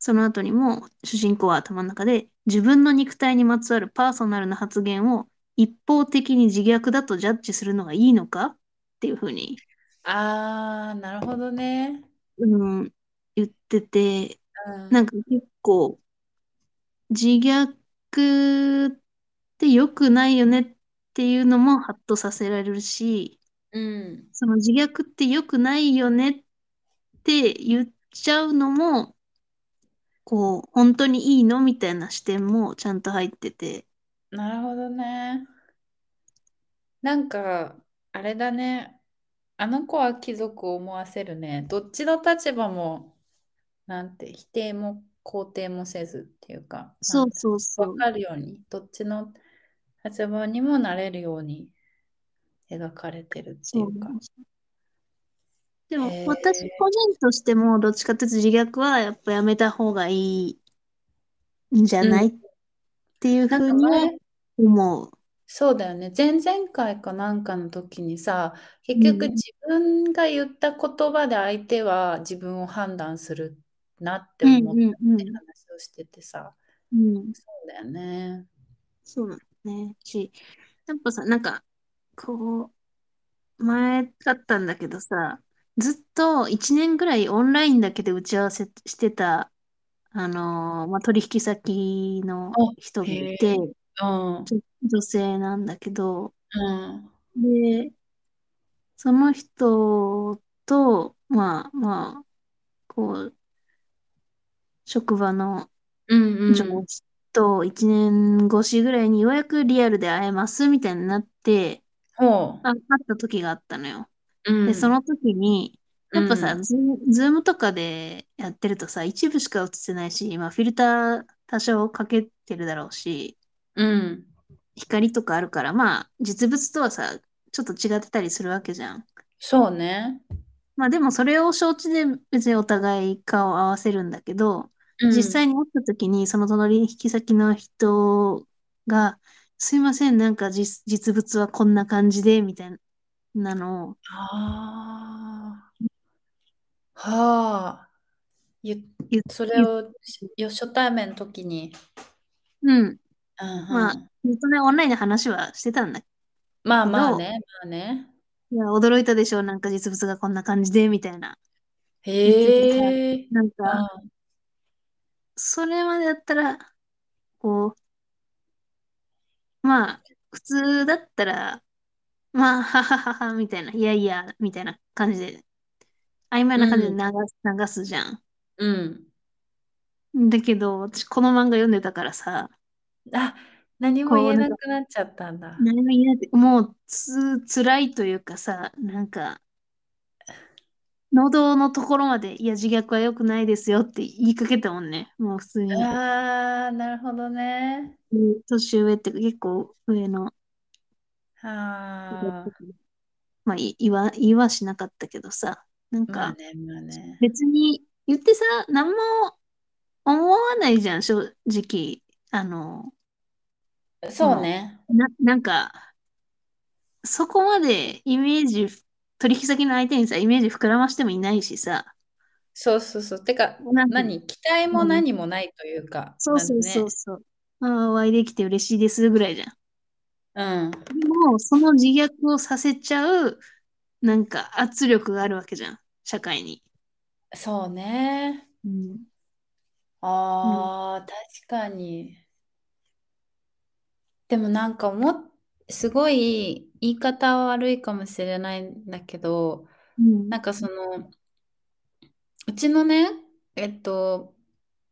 [SPEAKER 2] その後にも、主人公は頭の中で、自分の肉体にまつわるパーソナルな発言を一方的に自虐だとジャッジするのがいいのかっていう風に、
[SPEAKER 1] ああ、なるほどね。
[SPEAKER 2] うん、言ってて、
[SPEAKER 1] う
[SPEAKER 2] なん
[SPEAKER 1] ん、
[SPEAKER 2] か結構、自虐って良くないよねっていうのもハッとさせられるし、
[SPEAKER 1] うん、
[SPEAKER 2] その自虐って良くないよねって言っちゃうのも、こう、本当にいいのみたいな視点もちゃんと入ってて。
[SPEAKER 1] なるほどね。なんか、あれだね。あの子は貴族を思わせるね。どっちの立場も、なんて、否定も肯定もせずっていうか、な
[SPEAKER 2] そうん
[SPEAKER 1] て、
[SPEAKER 2] そうそ
[SPEAKER 1] わ
[SPEAKER 2] う。
[SPEAKER 1] かるように、どっちの立場にもなれるように描かれてるってい
[SPEAKER 2] そうう。
[SPEAKER 1] か。
[SPEAKER 2] でも、
[SPEAKER 1] へ
[SPEAKER 2] 私
[SPEAKER 1] え、
[SPEAKER 2] 個人としても、どっちかというと自虐はやっぱやめた方がいいんじゃ
[SPEAKER 1] う。
[SPEAKER 2] なんいっていう
[SPEAKER 1] な
[SPEAKER 2] ふ
[SPEAKER 1] んか
[SPEAKER 2] うには
[SPEAKER 1] 前、
[SPEAKER 2] 思
[SPEAKER 1] そうだよね。前々回かなんかの時にさ、
[SPEAKER 2] う。
[SPEAKER 1] 結
[SPEAKER 2] う
[SPEAKER 1] 局
[SPEAKER 2] ん。
[SPEAKER 1] 自分が言った言葉で相手は自分を判断するなって
[SPEAKER 2] うん
[SPEAKER 1] 思っ
[SPEAKER 2] う
[SPEAKER 1] た
[SPEAKER 2] んう
[SPEAKER 1] って
[SPEAKER 2] ん。
[SPEAKER 1] 話をしててさ。
[SPEAKER 2] うん
[SPEAKER 1] そうだよね。
[SPEAKER 2] そうなんだね。し、やっぱさ、なんか、こう、前だったんだけどさ、ずっと1年ぐらいオンラインだけで打ち合わせしてた、あのーまあ、取引先の
[SPEAKER 1] あ、
[SPEAKER 2] 人がい
[SPEAKER 1] へ
[SPEAKER 2] て、
[SPEAKER 1] え。うん。
[SPEAKER 2] ちょ女性なんだけど、
[SPEAKER 1] うん。
[SPEAKER 2] で、その人と、まあまあ、こう、職場の
[SPEAKER 1] うん
[SPEAKER 2] 上
[SPEAKER 1] うん。
[SPEAKER 2] 司と1年越しぐらいにようやくリアルで会えますみたいになって、
[SPEAKER 1] ほ
[SPEAKER 2] あ、会った時があったのよ。
[SPEAKER 1] う。う
[SPEAKER 2] で、そ
[SPEAKER 1] ん。
[SPEAKER 2] の時に、
[SPEAKER 1] う
[SPEAKER 2] やっぱさ、
[SPEAKER 1] ん。
[SPEAKER 2] ズーム、ズームとかでやってるとさ、一部しか映ってないし、まあ、フィルター多少かけてるだろうし、
[SPEAKER 1] うん。
[SPEAKER 2] 光とかあるから、まあ、実物とはさ、ちょっと違ってたりするわけじゃん。
[SPEAKER 1] そうね。
[SPEAKER 2] まあ、でもそれを承知で別にお互い顔を合わせるんだけど、
[SPEAKER 1] う
[SPEAKER 2] 実
[SPEAKER 1] ん。
[SPEAKER 2] 際に会った時に、その隣引き先の人が、すいません、なんか実、実物はこんな感じで、みたいなのを
[SPEAKER 1] ああ。はあ。ゆ、
[SPEAKER 2] 言っ
[SPEAKER 1] それ
[SPEAKER 2] 言っ
[SPEAKER 1] をよ初対面の時に。
[SPEAKER 2] うん。
[SPEAKER 1] うん
[SPEAKER 2] ま
[SPEAKER 1] う
[SPEAKER 2] あ、
[SPEAKER 1] ん。
[SPEAKER 2] ずっとね、オンラインで話はしてたんだけ
[SPEAKER 1] まあまあ
[SPEAKER 2] ど、
[SPEAKER 1] ね。まあね。
[SPEAKER 2] いや、驚いたでしょ、なんか実物がこんな感じで、みたいな言っててさ、
[SPEAKER 1] へえ。
[SPEAKER 2] なん
[SPEAKER 1] う
[SPEAKER 2] か、
[SPEAKER 1] ん。
[SPEAKER 2] それまでだったら、こう、まあ、普通だったら、まあ、はははは、みたいな、いやいや、みたいな感じで、曖昧
[SPEAKER 1] う
[SPEAKER 2] な感じで流
[SPEAKER 1] ん。
[SPEAKER 2] す、流すじゃん。
[SPEAKER 1] うん。
[SPEAKER 2] だけど、私、この漫画読んでたからさ、
[SPEAKER 1] あ、何も
[SPEAKER 2] こ
[SPEAKER 1] 言
[SPEAKER 2] う、
[SPEAKER 1] え
[SPEAKER 2] なん
[SPEAKER 1] な
[SPEAKER 2] か、
[SPEAKER 1] くなっちゃったんだ。
[SPEAKER 2] 何も言えないって、もう、つ、辛いというかさ、なんか、喉のところまで、いや、自虐は良くないですよって言いかけたもんね。もう普通に。
[SPEAKER 1] ああ、なるほどね。
[SPEAKER 2] うん年上っていうか結構上の
[SPEAKER 1] ああ。
[SPEAKER 2] まあ、い言わ、言わしなかったけどさ、なん
[SPEAKER 1] まあ
[SPEAKER 2] か
[SPEAKER 1] ね、まあね。
[SPEAKER 2] 別に言ってさ、何も思わないじゃん、正直。あの、
[SPEAKER 1] そう
[SPEAKER 2] も
[SPEAKER 1] ね。
[SPEAKER 2] う、な、なんか、そこまでイメージ、取引先の相手にさ、イメージ膨らましてもいないしさ、
[SPEAKER 1] そうそうそう。てか、
[SPEAKER 2] なんか、
[SPEAKER 1] 何期待も
[SPEAKER 2] うん
[SPEAKER 1] 何もないというか、
[SPEAKER 2] そう
[SPEAKER 1] な
[SPEAKER 2] そ
[SPEAKER 1] ん
[SPEAKER 2] うそう
[SPEAKER 1] ね。
[SPEAKER 2] そう、あー、お会いできて嬉しいですぐらいじゃん。
[SPEAKER 1] うん。
[SPEAKER 2] でも、その自虐をさせちゃう、なんか圧力があるわけじゃん、社会に。
[SPEAKER 1] そうね。
[SPEAKER 2] うん。うん
[SPEAKER 1] ああ、確かに。でもなんかもっ、すごい言い方は悪いかもしれないんだけど、
[SPEAKER 2] うん。
[SPEAKER 1] なんかその、うちのね、えっと、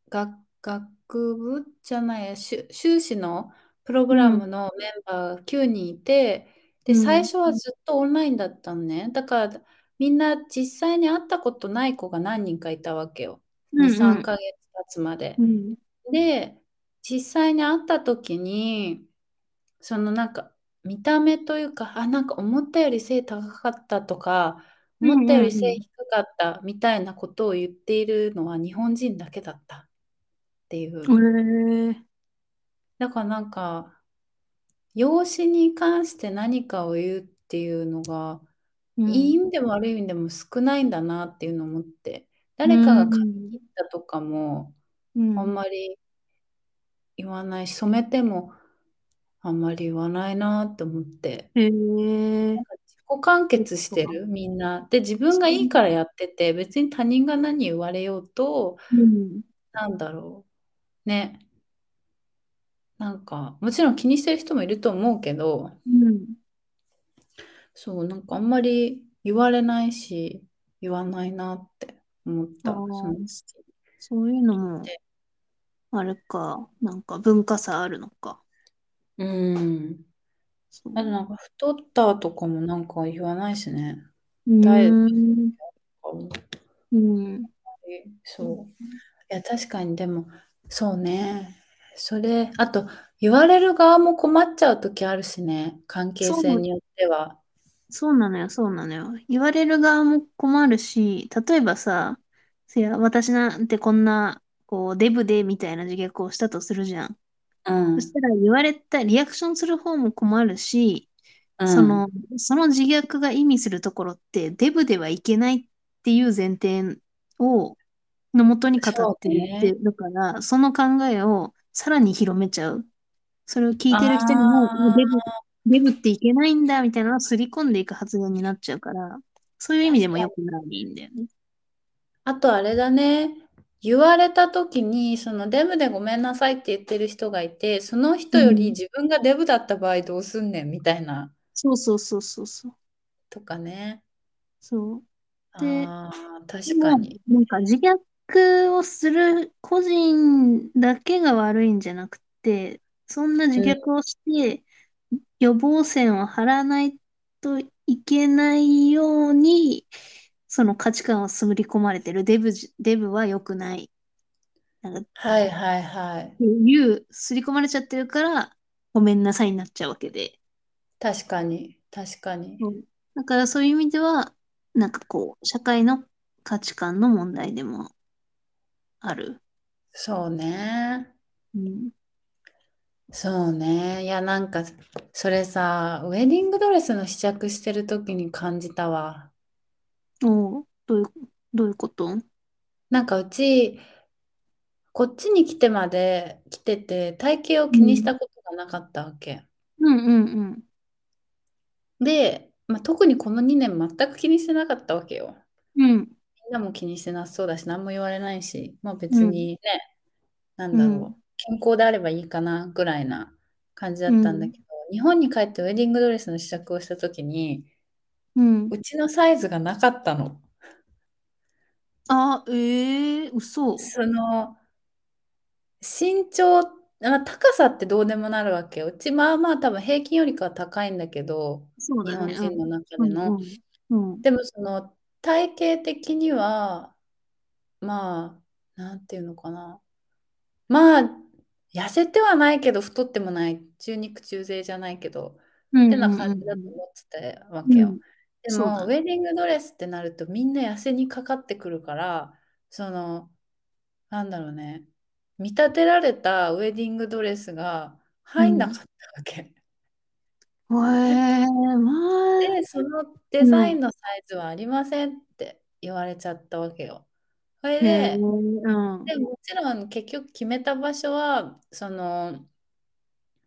[SPEAKER 1] 学、学部じゃないや、修修士のプログ
[SPEAKER 2] う
[SPEAKER 1] ラ
[SPEAKER 2] ん。
[SPEAKER 1] ムのメンバーが9人いて、
[SPEAKER 2] う
[SPEAKER 1] で、最
[SPEAKER 2] ん。
[SPEAKER 1] 初はずっとオンラインだったのね。だから、みんな実際に会ったことない子が何人かいたわけよ。
[SPEAKER 2] う
[SPEAKER 1] 2、
[SPEAKER 2] ん。う
[SPEAKER 1] 3
[SPEAKER 2] ん。
[SPEAKER 1] ヶ月経つまで。
[SPEAKER 2] うん。
[SPEAKER 1] で、実際に会った時に、そのなんか見た目というか、あ、なんか思ったより背高かったとか、
[SPEAKER 2] う
[SPEAKER 1] 思ったよ
[SPEAKER 2] ん。
[SPEAKER 1] り
[SPEAKER 2] う
[SPEAKER 1] 背
[SPEAKER 2] ん。
[SPEAKER 1] 低かったみたいなことを言っているのは日本人だけだったっていう。
[SPEAKER 2] うんえー
[SPEAKER 1] だからなんか、容姿に関して何かを言うっていうのが、
[SPEAKER 2] う
[SPEAKER 1] いい
[SPEAKER 2] ん。
[SPEAKER 1] 意味でも悪い意味でも少ないんだなっていうのを思って、
[SPEAKER 2] う
[SPEAKER 1] 誰かが髪
[SPEAKER 2] ん。
[SPEAKER 1] 切ったとかも、
[SPEAKER 2] う
[SPEAKER 1] あん
[SPEAKER 2] ん。
[SPEAKER 1] まり言わないし、染めてもあんまり言わないなって思って。
[SPEAKER 2] えー、
[SPEAKER 1] 自己完
[SPEAKER 2] そっ
[SPEAKER 1] 結して
[SPEAKER 2] か。
[SPEAKER 1] るみんな。で、自分
[SPEAKER 2] そ
[SPEAKER 1] が
[SPEAKER 2] う
[SPEAKER 1] いいからやってて、別に他人が何言われようと、
[SPEAKER 2] うん。
[SPEAKER 1] なんだろう。ね。なんか、もちろん気にしてる人もいると思うけど、
[SPEAKER 2] うん。
[SPEAKER 1] そう、なんかあんまり言われないし、言わないなって思っ
[SPEAKER 2] あ
[SPEAKER 1] た。その
[SPEAKER 2] あ、そういうのも、
[SPEAKER 1] で
[SPEAKER 2] あれか、なんか文化差あるのか。
[SPEAKER 1] うん。
[SPEAKER 2] そ
[SPEAKER 1] あと
[SPEAKER 2] う。
[SPEAKER 1] なんか太ったとかもなんか言わないしね。
[SPEAKER 2] う
[SPEAKER 1] ダイエット
[SPEAKER 2] ー
[SPEAKER 1] と
[SPEAKER 2] ん。
[SPEAKER 1] かも。
[SPEAKER 2] うん。
[SPEAKER 1] そう。いや、確かに、でも、そうね。それ、あと、言われる側も困っちゃう時あるしね。関係
[SPEAKER 2] そ
[SPEAKER 1] 性
[SPEAKER 2] う、
[SPEAKER 1] によっては。
[SPEAKER 2] そうなのよ、そうなのよ。言われる側も困るし、例えばさ、せや、私なんてこんな、こう、デブで、みたいな自虐をしたとするじゃん。
[SPEAKER 1] う
[SPEAKER 2] そし
[SPEAKER 1] ん、
[SPEAKER 2] たら言われた、リアクションする方も困るし、
[SPEAKER 1] う
[SPEAKER 2] その、
[SPEAKER 1] ん、
[SPEAKER 2] その自虐が意味するところって、デブではいけないっていう前提を、のもとに語っ
[SPEAKER 1] そう
[SPEAKER 2] てるって
[SPEAKER 1] ね。
[SPEAKER 2] るから、その考えをさらに広めちゃう。それを聞いてる人にも、もうデブ、
[SPEAKER 1] あ
[SPEAKER 2] デブっていけないんだ、みたいなのを刷り込んでいく発言になっちゃうから、そういう意味で
[SPEAKER 1] ー、確
[SPEAKER 2] も
[SPEAKER 1] か
[SPEAKER 2] 良
[SPEAKER 1] に。
[SPEAKER 2] くないんだよね。
[SPEAKER 1] あと、あれだね。言われた時に、そのデブでごめんなさいって言ってる人がいて、その
[SPEAKER 2] う
[SPEAKER 1] 人より
[SPEAKER 2] ん。
[SPEAKER 1] 自分がデブだった場合どうすんねんみたいな、
[SPEAKER 2] そうそうそうそうそう。
[SPEAKER 1] とかね。
[SPEAKER 2] そう。で、
[SPEAKER 1] ああ、
[SPEAKER 2] で
[SPEAKER 1] 確か
[SPEAKER 2] も、
[SPEAKER 1] に。
[SPEAKER 2] なんか自虐をする個人だけが悪いんじゃなくて、そんな自
[SPEAKER 1] うん、
[SPEAKER 2] 虐をして予防線を張らないといけないように、その価値観を刷り込まれてるデブじ、デブは良くない。なんか、っ
[SPEAKER 1] はいはいはい。
[SPEAKER 2] ていう、刷り込まれちゃってるから、ごめんなさいになっちゃうわけで。
[SPEAKER 1] 確かに、確かに。
[SPEAKER 2] うんだからそういう意味では、なんかこう、社会の価値観の問題でもある。
[SPEAKER 1] そうね。
[SPEAKER 2] うん。
[SPEAKER 1] そうね。いや、なんか、それさ、ウェディングドレスの試着してる時に感じたわ。
[SPEAKER 2] おう、どういう、どういうことうん
[SPEAKER 1] なんか、うち、こっちに来てまで来てて、体型を
[SPEAKER 2] う
[SPEAKER 1] 気にし
[SPEAKER 2] ん
[SPEAKER 1] たことがなかったわけ。
[SPEAKER 2] うんうん。
[SPEAKER 1] で、まあ、特にこの2年全く気にしてなかったわけよ。
[SPEAKER 2] うん。
[SPEAKER 1] みんなも気にしてなさそうだし、何も言われないし、まあ
[SPEAKER 2] う
[SPEAKER 1] 別
[SPEAKER 2] ん。
[SPEAKER 1] にね、なん
[SPEAKER 2] う
[SPEAKER 1] だ
[SPEAKER 2] ん。
[SPEAKER 1] ろう、健康であればいいかなぐらいな感じだ
[SPEAKER 2] う
[SPEAKER 1] ったんだ
[SPEAKER 2] ん。
[SPEAKER 1] けど、日本に帰ってウェディングドレスの試着をした時に、
[SPEAKER 2] うん。
[SPEAKER 1] うちのサイズがなかったの。
[SPEAKER 2] あ、ええー、嘘。
[SPEAKER 1] その身長、まあ、高さってどうでもなるわけよ。うちまあまあ多分平均よりかは高いんだけど、
[SPEAKER 2] そう
[SPEAKER 1] 日
[SPEAKER 2] だね。
[SPEAKER 1] 本
[SPEAKER 2] う
[SPEAKER 1] 人
[SPEAKER 2] ん。
[SPEAKER 1] の中
[SPEAKER 2] う
[SPEAKER 1] での。
[SPEAKER 2] んうん。うん。
[SPEAKER 1] でもその体型的には、まあ、なんていうのかな。まあ、痩せてはないけど太ってもない。中肉中背じゃないけど、
[SPEAKER 2] う
[SPEAKER 1] って
[SPEAKER 2] ん
[SPEAKER 1] な
[SPEAKER 2] うん
[SPEAKER 1] 感
[SPEAKER 2] う
[SPEAKER 1] じだと
[SPEAKER 2] ん
[SPEAKER 1] 思ってたわ
[SPEAKER 2] うん。
[SPEAKER 1] け
[SPEAKER 2] う
[SPEAKER 1] よ。
[SPEAKER 2] ん。
[SPEAKER 1] で
[SPEAKER 2] そう
[SPEAKER 1] も、
[SPEAKER 2] だ
[SPEAKER 1] ウ
[SPEAKER 2] ね。
[SPEAKER 1] ェディングドレスってなるとみんな痩せにかかってくるから、その、なんだろうね。見立てられたウェディングドレスが
[SPEAKER 2] う。
[SPEAKER 1] 入んなんかったわけ。
[SPEAKER 2] ええー、まあ、
[SPEAKER 1] で、そのデ
[SPEAKER 2] う
[SPEAKER 1] ザイン
[SPEAKER 2] ん。
[SPEAKER 1] のサイズはありませんって言われちゃったわけよ。それ
[SPEAKER 2] ええ
[SPEAKER 1] で、
[SPEAKER 2] ー、うん。
[SPEAKER 1] で、もちろん結局決めた場所は、その、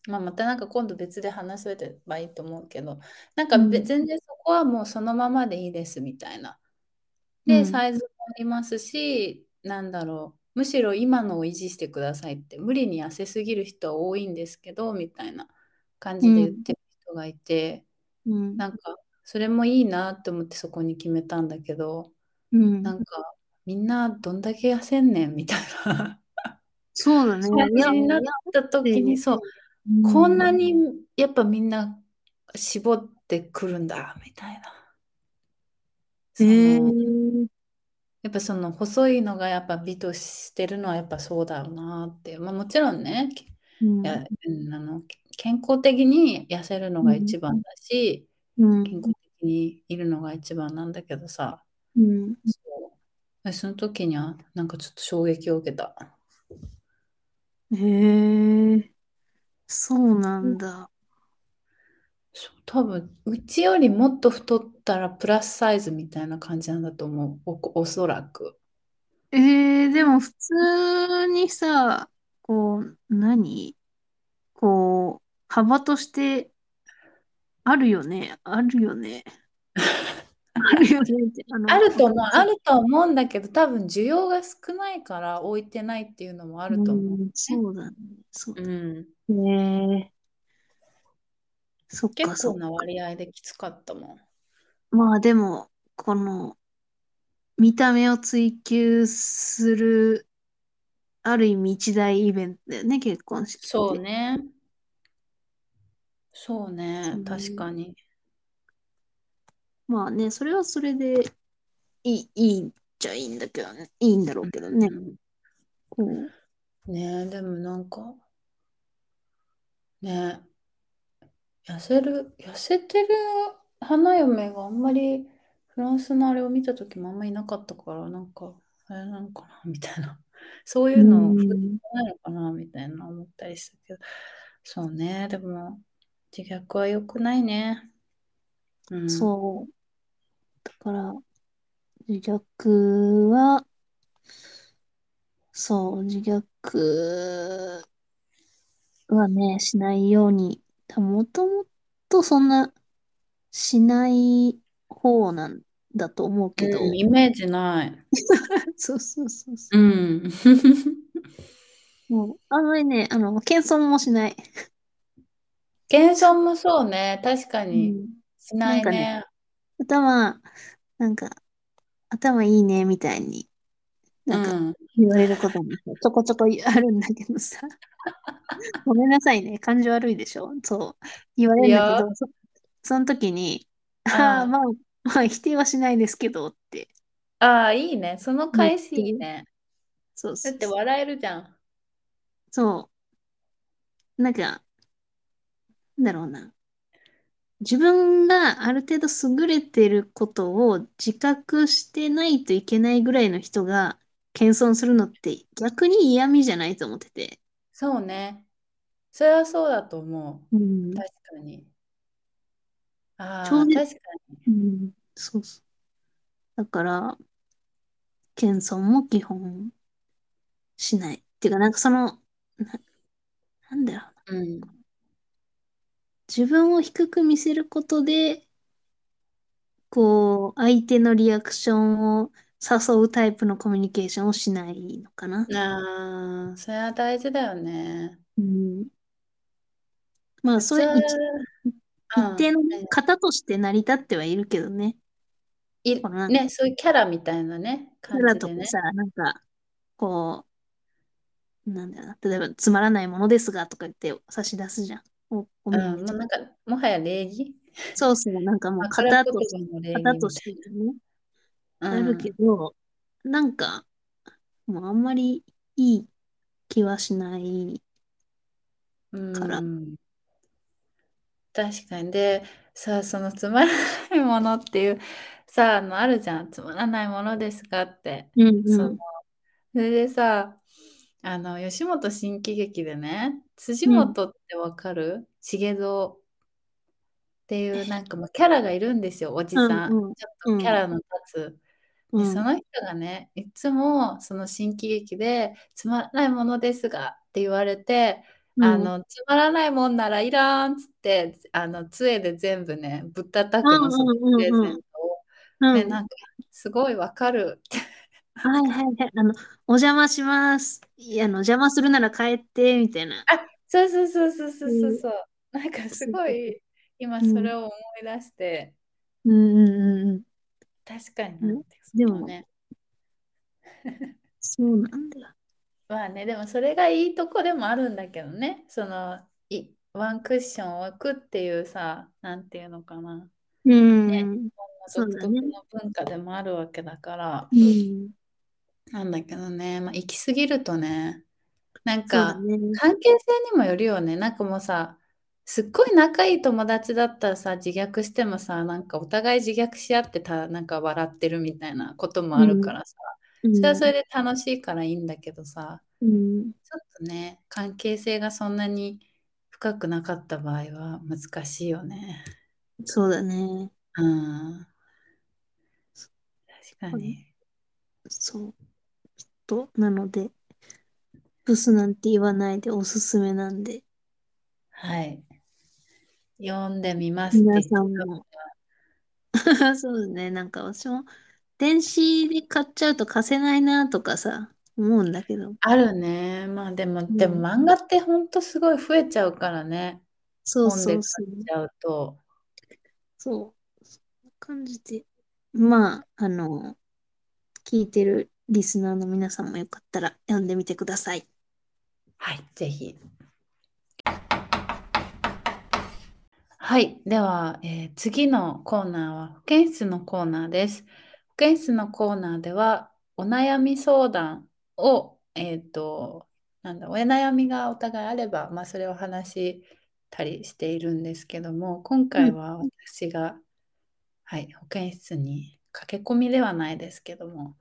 [SPEAKER 1] まあ、またなんか今度別で話せればいいと思うけど、なん
[SPEAKER 2] う
[SPEAKER 1] かべ
[SPEAKER 2] ん。
[SPEAKER 1] 全然そこはもうそのままでいいですみたいな。
[SPEAKER 2] う
[SPEAKER 1] で、
[SPEAKER 2] ん。
[SPEAKER 1] サイズもありますし、なんだろう、むしろ今のを維持してくださいって、無理に痩せすぎる人は多いんですけど、みたいな。感じで言ってる人がいて、
[SPEAKER 2] うん。
[SPEAKER 1] なんかそれもいいなと思ってそこに決めたんだけど、
[SPEAKER 2] う。
[SPEAKER 1] なんんかみんなどんだけ痩せんねんみたいな
[SPEAKER 2] そうだね。
[SPEAKER 1] 感
[SPEAKER 2] いや、
[SPEAKER 1] じになっ
[SPEAKER 2] やった
[SPEAKER 1] 時
[SPEAKER 2] て、
[SPEAKER 1] に、そう、
[SPEAKER 2] う。
[SPEAKER 1] こんなんにやっぱみんな絞ってくるんだみたいな。そ
[SPEAKER 2] え
[SPEAKER 1] の、
[SPEAKER 2] ー、
[SPEAKER 1] やっぱその細いのがやっぱ美としてるのはやっぱそうだろうなって、まあ、もちろんね、けいうや、
[SPEAKER 2] ん。
[SPEAKER 1] うんあの、健康的に痩せるの
[SPEAKER 2] う
[SPEAKER 1] が
[SPEAKER 2] ん。
[SPEAKER 1] 一番だし、
[SPEAKER 2] う
[SPEAKER 1] 健康
[SPEAKER 2] ん。
[SPEAKER 1] 的にいるのが一番なんだけどさ、
[SPEAKER 2] うん。
[SPEAKER 1] そうその時にはなんかちょっと衝撃を受けた。
[SPEAKER 2] えー、そうなんだ。
[SPEAKER 1] そう、多分うちよりもっと太ったらプラスサイズみたいな感じなんだと思う、おこ、おそらく。
[SPEAKER 2] えー、でも普通にさ、こう、何こう、幅としてあるよね。あるよね。あるよねって、あ
[SPEAKER 1] あ
[SPEAKER 2] の、
[SPEAKER 1] ると思う、あ
[SPEAKER 2] そ
[SPEAKER 1] るとは思うんだけど、多分需要が少ないから置いてないっていうのもあ
[SPEAKER 2] う
[SPEAKER 1] ると思
[SPEAKER 2] ん、
[SPEAKER 1] うね。
[SPEAKER 2] そうだね。そうだ
[SPEAKER 1] うん。
[SPEAKER 2] ね。えーそっか
[SPEAKER 1] 結
[SPEAKER 2] そ
[SPEAKER 1] 構
[SPEAKER 2] っ
[SPEAKER 1] な
[SPEAKER 2] か。
[SPEAKER 1] 割合できつかったもん。
[SPEAKER 2] まあでも、この、見た目を追求する、ある意味一大イベントだよね、結婚式っ
[SPEAKER 1] そう
[SPEAKER 2] て。
[SPEAKER 1] ね。そう
[SPEAKER 2] そ
[SPEAKER 1] ね。確
[SPEAKER 2] う
[SPEAKER 1] かに。
[SPEAKER 2] まあね、それはそれでいい、いいっちゃいいんだけどね。いいんだろうけどね。
[SPEAKER 1] うん
[SPEAKER 2] こ。
[SPEAKER 1] ねえ、でもなんか、ねえ、痩せる、痩せてる花嫁があんまりフランスのあれを見た時もあんまりいなかったから、なんか、あれなのかなみたいな。 そういうう
[SPEAKER 2] う
[SPEAKER 1] のを普通
[SPEAKER 2] ん。
[SPEAKER 1] なのかなみたいな思ったりしたけど。そうね。でも、自虐は良くないね。うん。
[SPEAKER 2] そう。だから、自虐は、そう、自虐はね、しないように。もともとそんなしない方なんだと思うけ
[SPEAKER 1] うん、
[SPEAKER 2] ど。
[SPEAKER 1] イメージない。
[SPEAKER 2] そうそうそうそうう。
[SPEAKER 1] ん。
[SPEAKER 2] もう、あんまりね、あの、謙遜もしない。
[SPEAKER 1] 謙遜もそうね。確か
[SPEAKER 2] う
[SPEAKER 1] に。
[SPEAKER 2] ん。
[SPEAKER 1] し
[SPEAKER 2] な
[SPEAKER 1] なんい
[SPEAKER 2] かね、
[SPEAKER 1] ね。
[SPEAKER 2] 頭、なんか、頭いいね、みたいに、
[SPEAKER 1] う
[SPEAKER 2] なんか、
[SPEAKER 1] ん。
[SPEAKER 2] 言われることもさちょこちょこあるんだけ どさ。ごめんなさいね、感じ悪いでしょそう、言われ
[SPEAKER 1] い
[SPEAKER 2] るんだけ
[SPEAKER 1] や、
[SPEAKER 2] ど、そ、その時に、ああ、
[SPEAKER 1] あ
[SPEAKER 2] まあ、まあ、否定はしないですけどって、
[SPEAKER 1] あ、ああ、いいね。その
[SPEAKER 2] 言っ
[SPEAKER 1] 返していい
[SPEAKER 2] る。
[SPEAKER 1] ね。
[SPEAKER 2] そう
[SPEAKER 1] だっ
[SPEAKER 2] そう
[SPEAKER 1] て
[SPEAKER 2] そう。
[SPEAKER 1] 笑えるじゃん。
[SPEAKER 2] そう、なんか、なんだろうな。自分がある程度優れてることを自覚してないといけないぐらいの人が謙遜するのって逆に嫌味じゃないと思ってて。
[SPEAKER 1] そうね。それはそうだと思
[SPEAKER 2] う
[SPEAKER 1] う。
[SPEAKER 2] ん。
[SPEAKER 1] 確かに。
[SPEAKER 2] ちょ
[SPEAKER 1] あ
[SPEAKER 2] う
[SPEAKER 1] あ、
[SPEAKER 2] ど、
[SPEAKER 1] 確か
[SPEAKER 2] う
[SPEAKER 1] に。
[SPEAKER 2] ん、そうそう。だから、謙遜も基本しない。っていうか、なんかその、な、なんだろうな。
[SPEAKER 1] うん。
[SPEAKER 2] 自分を低く見せることで、こう、相手のリアクションを誘うタイプのコミュニケーションをしないのかな。
[SPEAKER 1] ああ、それは大事だよね。
[SPEAKER 2] うん。まあ、
[SPEAKER 1] 普
[SPEAKER 2] そ
[SPEAKER 1] 通、
[SPEAKER 2] れ、
[SPEAKER 1] う
[SPEAKER 2] 一一定
[SPEAKER 1] ん。
[SPEAKER 2] のね、型として成り立ってはいるけどね。こ
[SPEAKER 1] い、
[SPEAKER 2] のなんか、
[SPEAKER 1] ね、そういうキャラみたいなね、
[SPEAKER 2] キャ
[SPEAKER 1] 感
[SPEAKER 2] ラ
[SPEAKER 1] じ
[SPEAKER 2] と
[SPEAKER 1] で
[SPEAKER 2] か
[SPEAKER 1] ね。
[SPEAKER 2] さ、なんか、こう、なんだろうな、例えば、つまらないものですが、とか言って差し出すじゃん。お、ご
[SPEAKER 1] う
[SPEAKER 2] めん、み
[SPEAKER 1] ん、も
[SPEAKER 2] た
[SPEAKER 1] う
[SPEAKER 2] い
[SPEAKER 1] な
[SPEAKER 2] な。
[SPEAKER 1] んか、もはや礼儀
[SPEAKER 2] そうそう、なんかもう、
[SPEAKER 1] 枕
[SPEAKER 2] 型
[SPEAKER 1] 言
[SPEAKER 2] とし、
[SPEAKER 1] 葉の礼
[SPEAKER 2] 型
[SPEAKER 1] 儀
[SPEAKER 2] と
[SPEAKER 1] み
[SPEAKER 2] したて
[SPEAKER 1] い
[SPEAKER 2] ね、あ
[SPEAKER 1] な。
[SPEAKER 2] る
[SPEAKER 1] う
[SPEAKER 2] け
[SPEAKER 1] ん。
[SPEAKER 2] ど、なんか、もうあんまりいい気はしないうから。
[SPEAKER 1] ん。確かに。で、さあ、そのつまらないものっていう、さあ、あの、あるじゃん。つまらないものですかって。
[SPEAKER 2] うん
[SPEAKER 1] そうの、
[SPEAKER 2] ん。
[SPEAKER 1] それでさ、あの、吉本新喜劇でね、辻
[SPEAKER 2] うん。
[SPEAKER 1] 元ってわかる重蔵っていう、なんかもうキャラがいるんですよ、おじ
[SPEAKER 2] うん
[SPEAKER 1] さん。
[SPEAKER 2] うん。
[SPEAKER 1] ちょっと
[SPEAKER 2] う
[SPEAKER 1] キャ
[SPEAKER 2] ん。
[SPEAKER 1] ラの立つ。
[SPEAKER 2] う
[SPEAKER 1] で、そ
[SPEAKER 2] ん。
[SPEAKER 1] の人がね、いつもその新喜劇で、つまらないものですがって言われて、
[SPEAKER 2] う
[SPEAKER 1] あ
[SPEAKER 2] ん。
[SPEAKER 1] の、つまらないもんならいらんっつって、あの、杖で全部ね、ぶったた
[SPEAKER 2] う
[SPEAKER 1] くの、その
[SPEAKER 2] んう
[SPEAKER 1] プ
[SPEAKER 2] ん
[SPEAKER 1] レ
[SPEAKER 2] う
[SPEAKER 1] ゼ
[SPEAKER 2] ん
[SPEAKER 1] ン
[SPEAKER 2] う
[SPEAKER 1] ト
[SPEAKER 2] ん。
[SPEAKER 1] を。
[SPEAKER 2] う
[SPEAKER 1] で、
[SPEAKER 2] ん。
[SPEAKER 1] なんか、すごいわかる って、なん
[SPEAKER 2] はい
[SPEAKER 1] か、
[SPEAKER 2] はいはい。あの、お邪魔します。いや、あの、邪魔するなら帰って、みたいな。。
[SPEAKER 1] あ、そうそうそうそうそううそうんそう。なんかすごい今それを思い出して、
[SPEAKER 2] うんうんうん。
[SPEAKER 1] 確かに
[SPEAKER 2] う
[SPEAKER 1] なんって、
[SPEAKER 2] で
[SPEAKER 1] そう
[SPEAKER 2] も、
[SPEAKER 1] ね。
[SPEAKER 2] そうなんだよ。
[SPEAKER 1] まあね、でもそれがいいとこでもあるんだけどね、その、い、ワンクッションを置くっていうさ、なんていうのかな、
[SPEAKER 2] う
[SPEAKER 1] ね、
[SPEAKER 2] ん。そう
[SPEAKER 1] 独
[SPEAKER 2] だ
[SPEAKER 1] 特
[SPEAKER 2] ね。
[SPEAKER 1] の文化でもあるわけだから、
[SPEAKER 2] うん。
[SPEAKER 1] なんだけどね、まあ、行き過ぎるとね、なん
[SPEAKER 2] そうだ
[SPEAKER 1] か
[SPEAKER 2] ね。
[SPEAKER 1] 関係性にもよるよね。なんかもうさ、すっごい仲いい友達だったらさ、自虐してもさ、なんかお互い自虐し合ってた、なんか笑ってるみたいなことも
[SPEAKER 2] う
[SPEAKER 1] あるか
[SPEAKER 2] ん。
[SPEAKER 1] らさ、
[SPEAKER 2] う
[SPEAKER 1] それはそ
[SPEAKER 2] ん。
[SPEAKER 1] れで楽しいからいいんだけどさ、
[SPEAKER 2] うん。
[SPEAKER 1] ちょっとね、関係性がそんなに深くなかった場合は難しいよね。
[SPEAKER 2] そうだね。
[SPEAKER 1] うん、確か
[SPEAKER 2] あの
[SPEAKER 1] に。
[SPEAKER 2] そう。と、なので、ブスなんて言わないでおすすめなんで、
[SPEAKER 1] はい。読んでみますって
[SPEAKER 2] 皆
[SPEAKER 1] 言って
[SPEAKER 2] さん
[SPEAKER 1] たの
[SPEAKER 2] も。 そうですね。なんか私も、電子で買っちゃうと貸せないなとかさ、思うんだけど。
[SPEAKER 1] あるね。まあでも、
[SPEAKER 2] う
[SPEAKER 1] でも
[SPEAKER 2] ん。
[SPEAKER 1] 漫画ってほんとすごい増えちゃうからね。
[SPEAKER 2] そう
[SPEAKER 1] 本で
[SPEAKER 2] そ
[SPEAKER 1] 買
[SPEAKER 2] うそう。
[SPEAKER 1] っちゃうと。
[SPEAKER 2] そう。そんな感じで。まあ、あの、聞いてるリスナーの皆さんもよかったら読んでみてください。
[SPEAKER 1] はい、ぜひ。はい、では、えー次のコーナーは保健室のコーナーです。保健室のコーナーではお悩み相談を、えっと、なんだ、お悩みがお互いあれば、まあ、それを話したりしているんですけども、今
[SPEAKER 2] う
[SPEAKER 1] 回
[SPEAKER 2] ん。
[SPEAKER 1] は私が、はい、保健室に駆け込みではないですけども、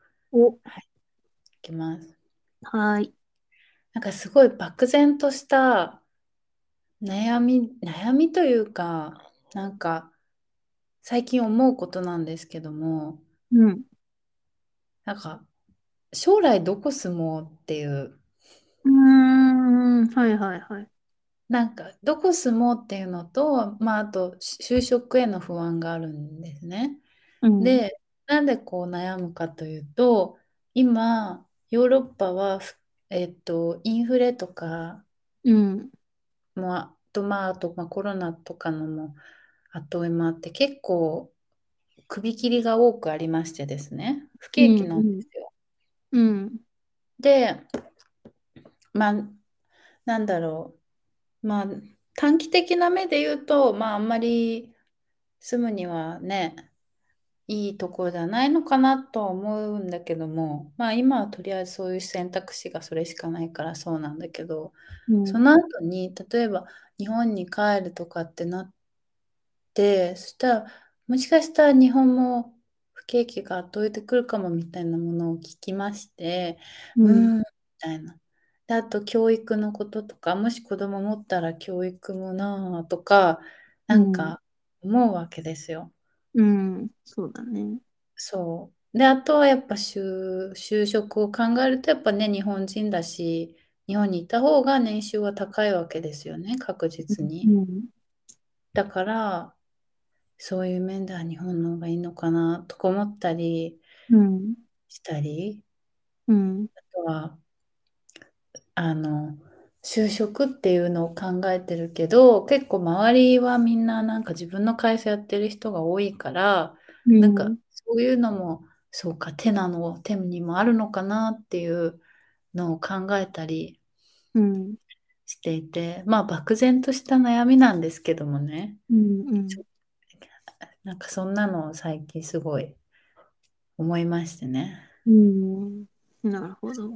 [SPEAKER 1] は
[SPEAKER 2] お、
[SPEAKER 1] い、いきます。
[SPEAKER 2] はーい。
[SPEAKER 1] なんかすごい漠然とした悩み、悩みというか、なんか、最近思うことなんですけども、
[SPEAKER 2] うん。
[SPEAKER 1] なんか将来どこ住もうっていう、
[SPEAKER 2] うーん。はいはいはい。
[SPEAKER 1] なんかどこ住もうっていうのと、まああと就職への不安があるんですね。
[SPEAKER 2] うん。
[SPEAKER 1] で、なんでこう悩むかというと、今ヨーロッパは、ふえっと、インフレとか
[SPEAKER 2] うん。
[SPEAKER 1] もあと、まあ、あと、まあ、コロナとかのも後もあって結構首切りが多くありましてですね、不
[SPEAKER 2] う
[SPEAKER 1] 景気
[SPEAKER 2] ん。
[SPEAKER 1] なん
[SPEAKER 2] う
[SPEAKER 1] で
[SPEAKER 2] ん。
[SPEAKER 1] すよ。
[SPEAKER 2] うん。
[SPEAKER 1] で、まあ、なんだろう。まあ、短期的な目で言うと、まあ、あんまり住むにはね、いいところじゃないのかなとは思うんだけども、まあ、今はとりあえずそういう選択肢がそれしかないからそうなんだけど、
[SPEAKER 2] う
[SPEAKER 1] そ
[SPEAKER 2] ん。
[SPEAKER 1] の後に、例えば日本に帰るとかってなって、そしたら、もしかしたら日本も不景気がどうってくるかもみたいなものを聞きまして、
[SPEAKER 2] う。
[SPEAKER 1] うんーん、みたいな。で、あと教育のこととか、もし子供持ったら教育もなあとか、
[SPEAKER 2] う
[SPEAKER 1] なん
[SPEAKER 2] ん。
[SPEAKER 1] か思うわけですよ。
[SPEAKER 2] うん。そうだね。
[SPEAKER 1] そう。で、あとはやっぱ就、就職を考えると、やっぱね、日本人だし、日本にいた方が年収は高いわけですよね、確実
[SPEAKER 2] う
[SPEAKER 1] に。
[SPEAKER 2] ん。
[SPEAKER 1] だから、そういう面では日本の方がいいのかなとか思ったり
[SPEAKER 2] うん。
[SPEAKER 1] したり、
[SPEAKER 2] うん。
[SPEAKER 1] あとは、あの、就職っていうのを考えてるけど、結構周りはみんななんか自分の会社やってる人が多いから、
[SPEAKER 2] う
[SPEAKER 1] なんか
[SPEAKER 2] ん。
[SPEAKER 1] そういうのも、そうか、手なの、手にもあるのかなっていうのを考えたり
[SPEAKER 2] うん。
[SPEAKER 1] していて、まあ漠然とした悩みなんですけどもね、
[SPEAKER 2] うん。う
[SPEAKER 1] ちょ
[SPEAKER 2] ん。
[SPEAKER 1] なんかそんなのを最近すごい思いましてね。
[SPEAKER 2] うんなるほど。
[SPEAKER 1] そう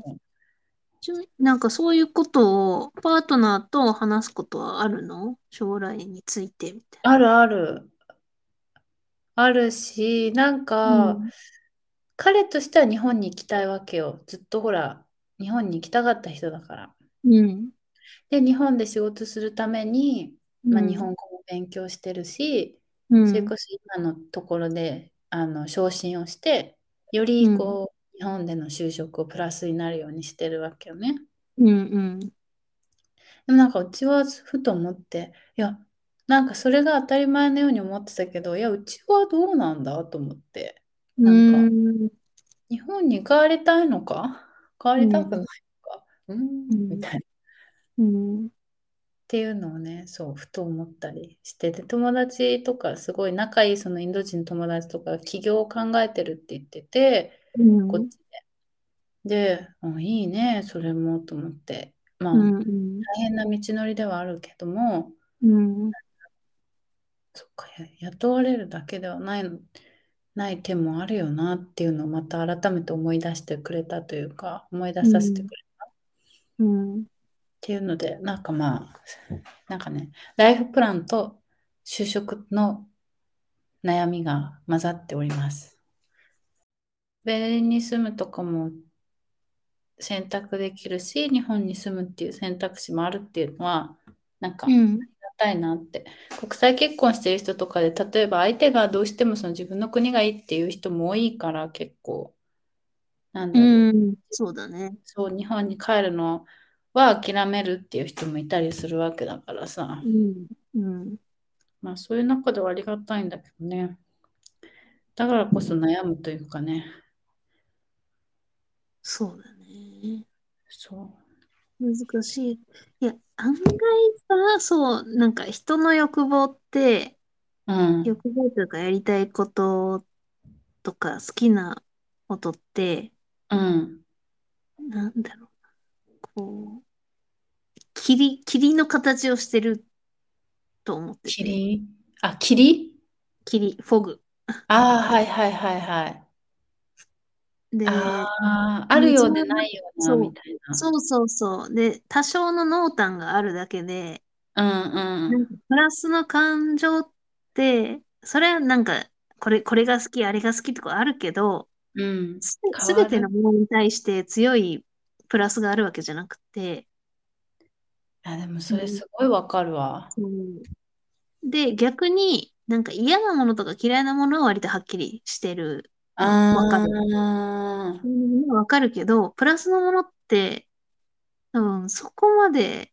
[SPEAKER 2] ちなみになんかそういうことをパートナーと話すことはあるの将来についてみたい
[SPEAKER 1] あるある、あるし、なん
[SPEAKER 2] な。う
[SPEAKER 1] か、
[SPEAKER 2] ん。
[SPEAKER 1] 彼としては日本に行きたいわけよ。ずっとほら、日本に行きたかった人だから。
[SPEAKER 2] うん。
[SPEAKER 1] で、日本で仕事するために、
[SPEAKER 2] う
[SPEAKER 1] まあ、日
[SPEAKER 2] ん。
[SPEAKER 1] 本語も勉強してるし、
[SPEAKER 2] う
[SPEAKER 1] それ
[SPEAKER 2] ん。
[SPEAKER 1] こそ今のところであの昇進をして、よ
[SPEAKER 2] う
[SPEAKER 1] り
[SPEAKER 2] ん。
[SPEAKER 1] こう、日本での就職をプラスになるようにしてるわけよね。
[SPEAKER 2] うん。うん
[SPEAKER 1] でもなんかうちはふと思って、いや、なんかそれが当たり前のように思ってたけど、いや、うちはどうなんだと思って、
[SPEAKER 2] う
[SPEAKER 1] なんか、
[SPEAKER 2] ん。
[SPEAKER 1] 日本に帰りたいのか帰
[SPEAKER 2] う
[SPEAKER 1] りたくない
[SPEAKER 2] ん。
[SPEAKER 1] のかうー
[SPEAKER 2] うん
[SPEAKER 1] み
[SPEAKER 2] ん。
[SPEAKER 1] たいな。
[SPEAKER 2] うん。
[SPEAKER 1] っていうのをね、そう、ふと思ったりしてて、友達とか、すごい仲いい、そのインド人の友達とか、起業を考えてるって言ってて、
[SPEAKER 2] う
[SPEAKER 1] こっ
[SPEAKER 2] ん。
[SPEAKER 1] ちで。で、あいいね、それも、と思って。まあ、
[SPEAKER 2] う
[SPEAKER 1] 大
[SPEAKER 2] ん。うん。
[SPEAKER 1] 変な道のりではあるけども、
[SPEAKER 2] うん
[SPEAKER 1] そっか、や雇われるだけではないの、ない点もあるよなっていうのをまた改めて思い出してくれたというか、思い出
[SPEAKER 2] う
[SPEAKER 1] させて
[SPEAKER 2] ん
[SPEAKER 1] くれたっ
[SPEAKER 2] うん
[SPEAKER 1] ていうので、なんかまあ、なんかね、ライフプランと就職の悩みが混ざっております。ベルリンに住むとかも選択できるし、日本に住むっていう選択肢もあるっていうのは、なん
[SPEAKER 2] う
[SPEAKER 1] か、
[SPEAKER 2] ん
[SPEAKER 1] ありがたいなって。国際結婚してる人とかで、例えば相手がどうしてもその自分の国がいいっていう人も多いから、結構、なんだろう。
[SPEAKER 2] うんそうだね。
[SPEAKER 1] そう、日本に帰るのは諦めるっていう人もいたりするわけだからさ。
[SPEAKER 2] うん。うん
[SPEAKER 1] まあ、そういう中ではありがたいんだけどね。だからこそ悩むというかね。
[SPEAKER 2] そうだね。
[SPEAKER 1] そう。
[SPEAKER 2] 難しい。いや、案外さ、そう、なんか人の欲望って、
[SPEAKER 1] うん。
[SPEAKER 2] 欲望というかやりたいこととか好きなことって、
[SPEAKER 1] うん。
[SPEAKER 2] なんだろう、こう、霧、霧の形をしてると思ってて、
[SPEAKER 1] 霧あ、霧
[SPEAKER 2] 霧、フォグ。
[SPEAKER 1] ああー、はいはいはいはい。
[SPEAKER 2] で、
[SPEAKER 1] ああ、あるよ
[SPEAKER 2] 水
[SPEAKER 1] うで
[SPEAKER 2] は
[SPEAKER 1] な
[SPEAKER 2] な、
[SPEAKER 1] いような、
[SPEAKER 2] そ
[SPEAKER 1] み
[SPEAKER 2] う、
[SPEAKER 1] たいな。
[SPEAKER 2] そうそうそう。で、多少の濃淡があるだけで、
[SPEAKER 1] うんう
[SPEAKER 2] なん
[SPEAKER 1] ん。
[SPEAKER 2] かプラスの感情って、それはなんか、これ、これが好き、あれが好きとかあるけど、
[SPEAKER 1] うん。
[SPEAKER 2] す、
[SPEAKER 1] 変
[SPEAKER 2] すべ
[SPEAKER 1] わ
[SPEAKER 2] ての
[SPEAKER 1] る。
[SPEAKER 2] ものに対して強いプラスがあるわけじゃなくて、
[SPEAKER 1] あ、でも
[SPEAKER 2] う
[SPEAKER 1] それ
[SPEAKER 2] ん
[SPEAKER 1] すごいわかるわ。
[SPEAKER 2] そうで、逆になんか嫌なものとか嫌いなものは割とはっきりしてるの、わか
[SPEAKER 1] あ
[SPEAKER 2] る。
[SPEAKER 1] あ、
[SPEAKER 2] うんわかるけど、プラスのものって、多分そこまで、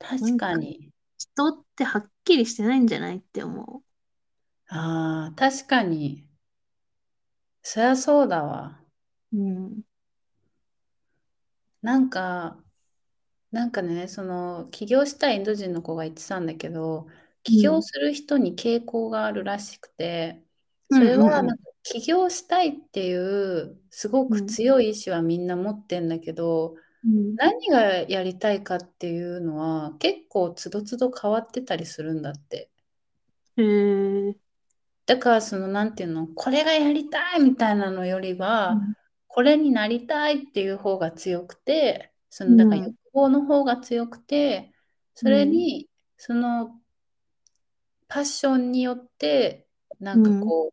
[SPEAKER 2] な
[SPEAKER 1] 確
[SPEAKER 2] ん
[SPEAKER 1] か
[SPEAKER 2] か
[SPEAKER 1] に。
[SPEAKER 2] 人ってはっきりしてないんじゃないって思
[SPEAKER 1] ああ、確かに。そりゃそうだわ。
[SPEAKER 2] う。うん。
[SPEAKER 1] なんか、なんかね、その、起業したインド人の子が言ってたんだけど、
[SPEAKER 2] う
[SPEAKER 1] 起業
[SPEAKER 2] ん。
[SPEAKER 1] する人に傾向があるらしくて、
[SPEAKER 2] う
[SPEAKER 1] それ
[SPEAKER 2] んう
[SPEAKER 1] は
[SPEAKER 2] ん
[SPEAKER 1] なんか起業したいっていうすご
[SPEAKER 2] う
[SPEAKER 1] く
[SPEAKER 2] ん。
[SPEAKER 1] 強い意志はみんな持ってんだけど、
[SPEAKER 2] うん。
[SPEAKER 1] 何がやりたいかっていうのは結構つどつど変わってたりするんだって。
[SPEAKER 2] うん。へえ。
[SPEAKER 1] だからそのなんていうのこれがやりたいみたいなのより
[SPEAKER 2] う
[SPEAKER 1] は
[SPEAKER 2] ん。
[SPEAKER 1] これになりたいっていう方が強くてそうのだから
[SPEAKER 2] ん。
[SPEAKER 1] 欲望の方が強くて
[SPEAKER 2] う
[SPEAKER 1] それ
[SPEAKER 2] ん。
[SPEAKER 1] にそのパッションによってな
[SPEAKER 2] うん
[SPEAKER 1] か
[SPEAKER 2] ん。
[SPEAKER 1] こう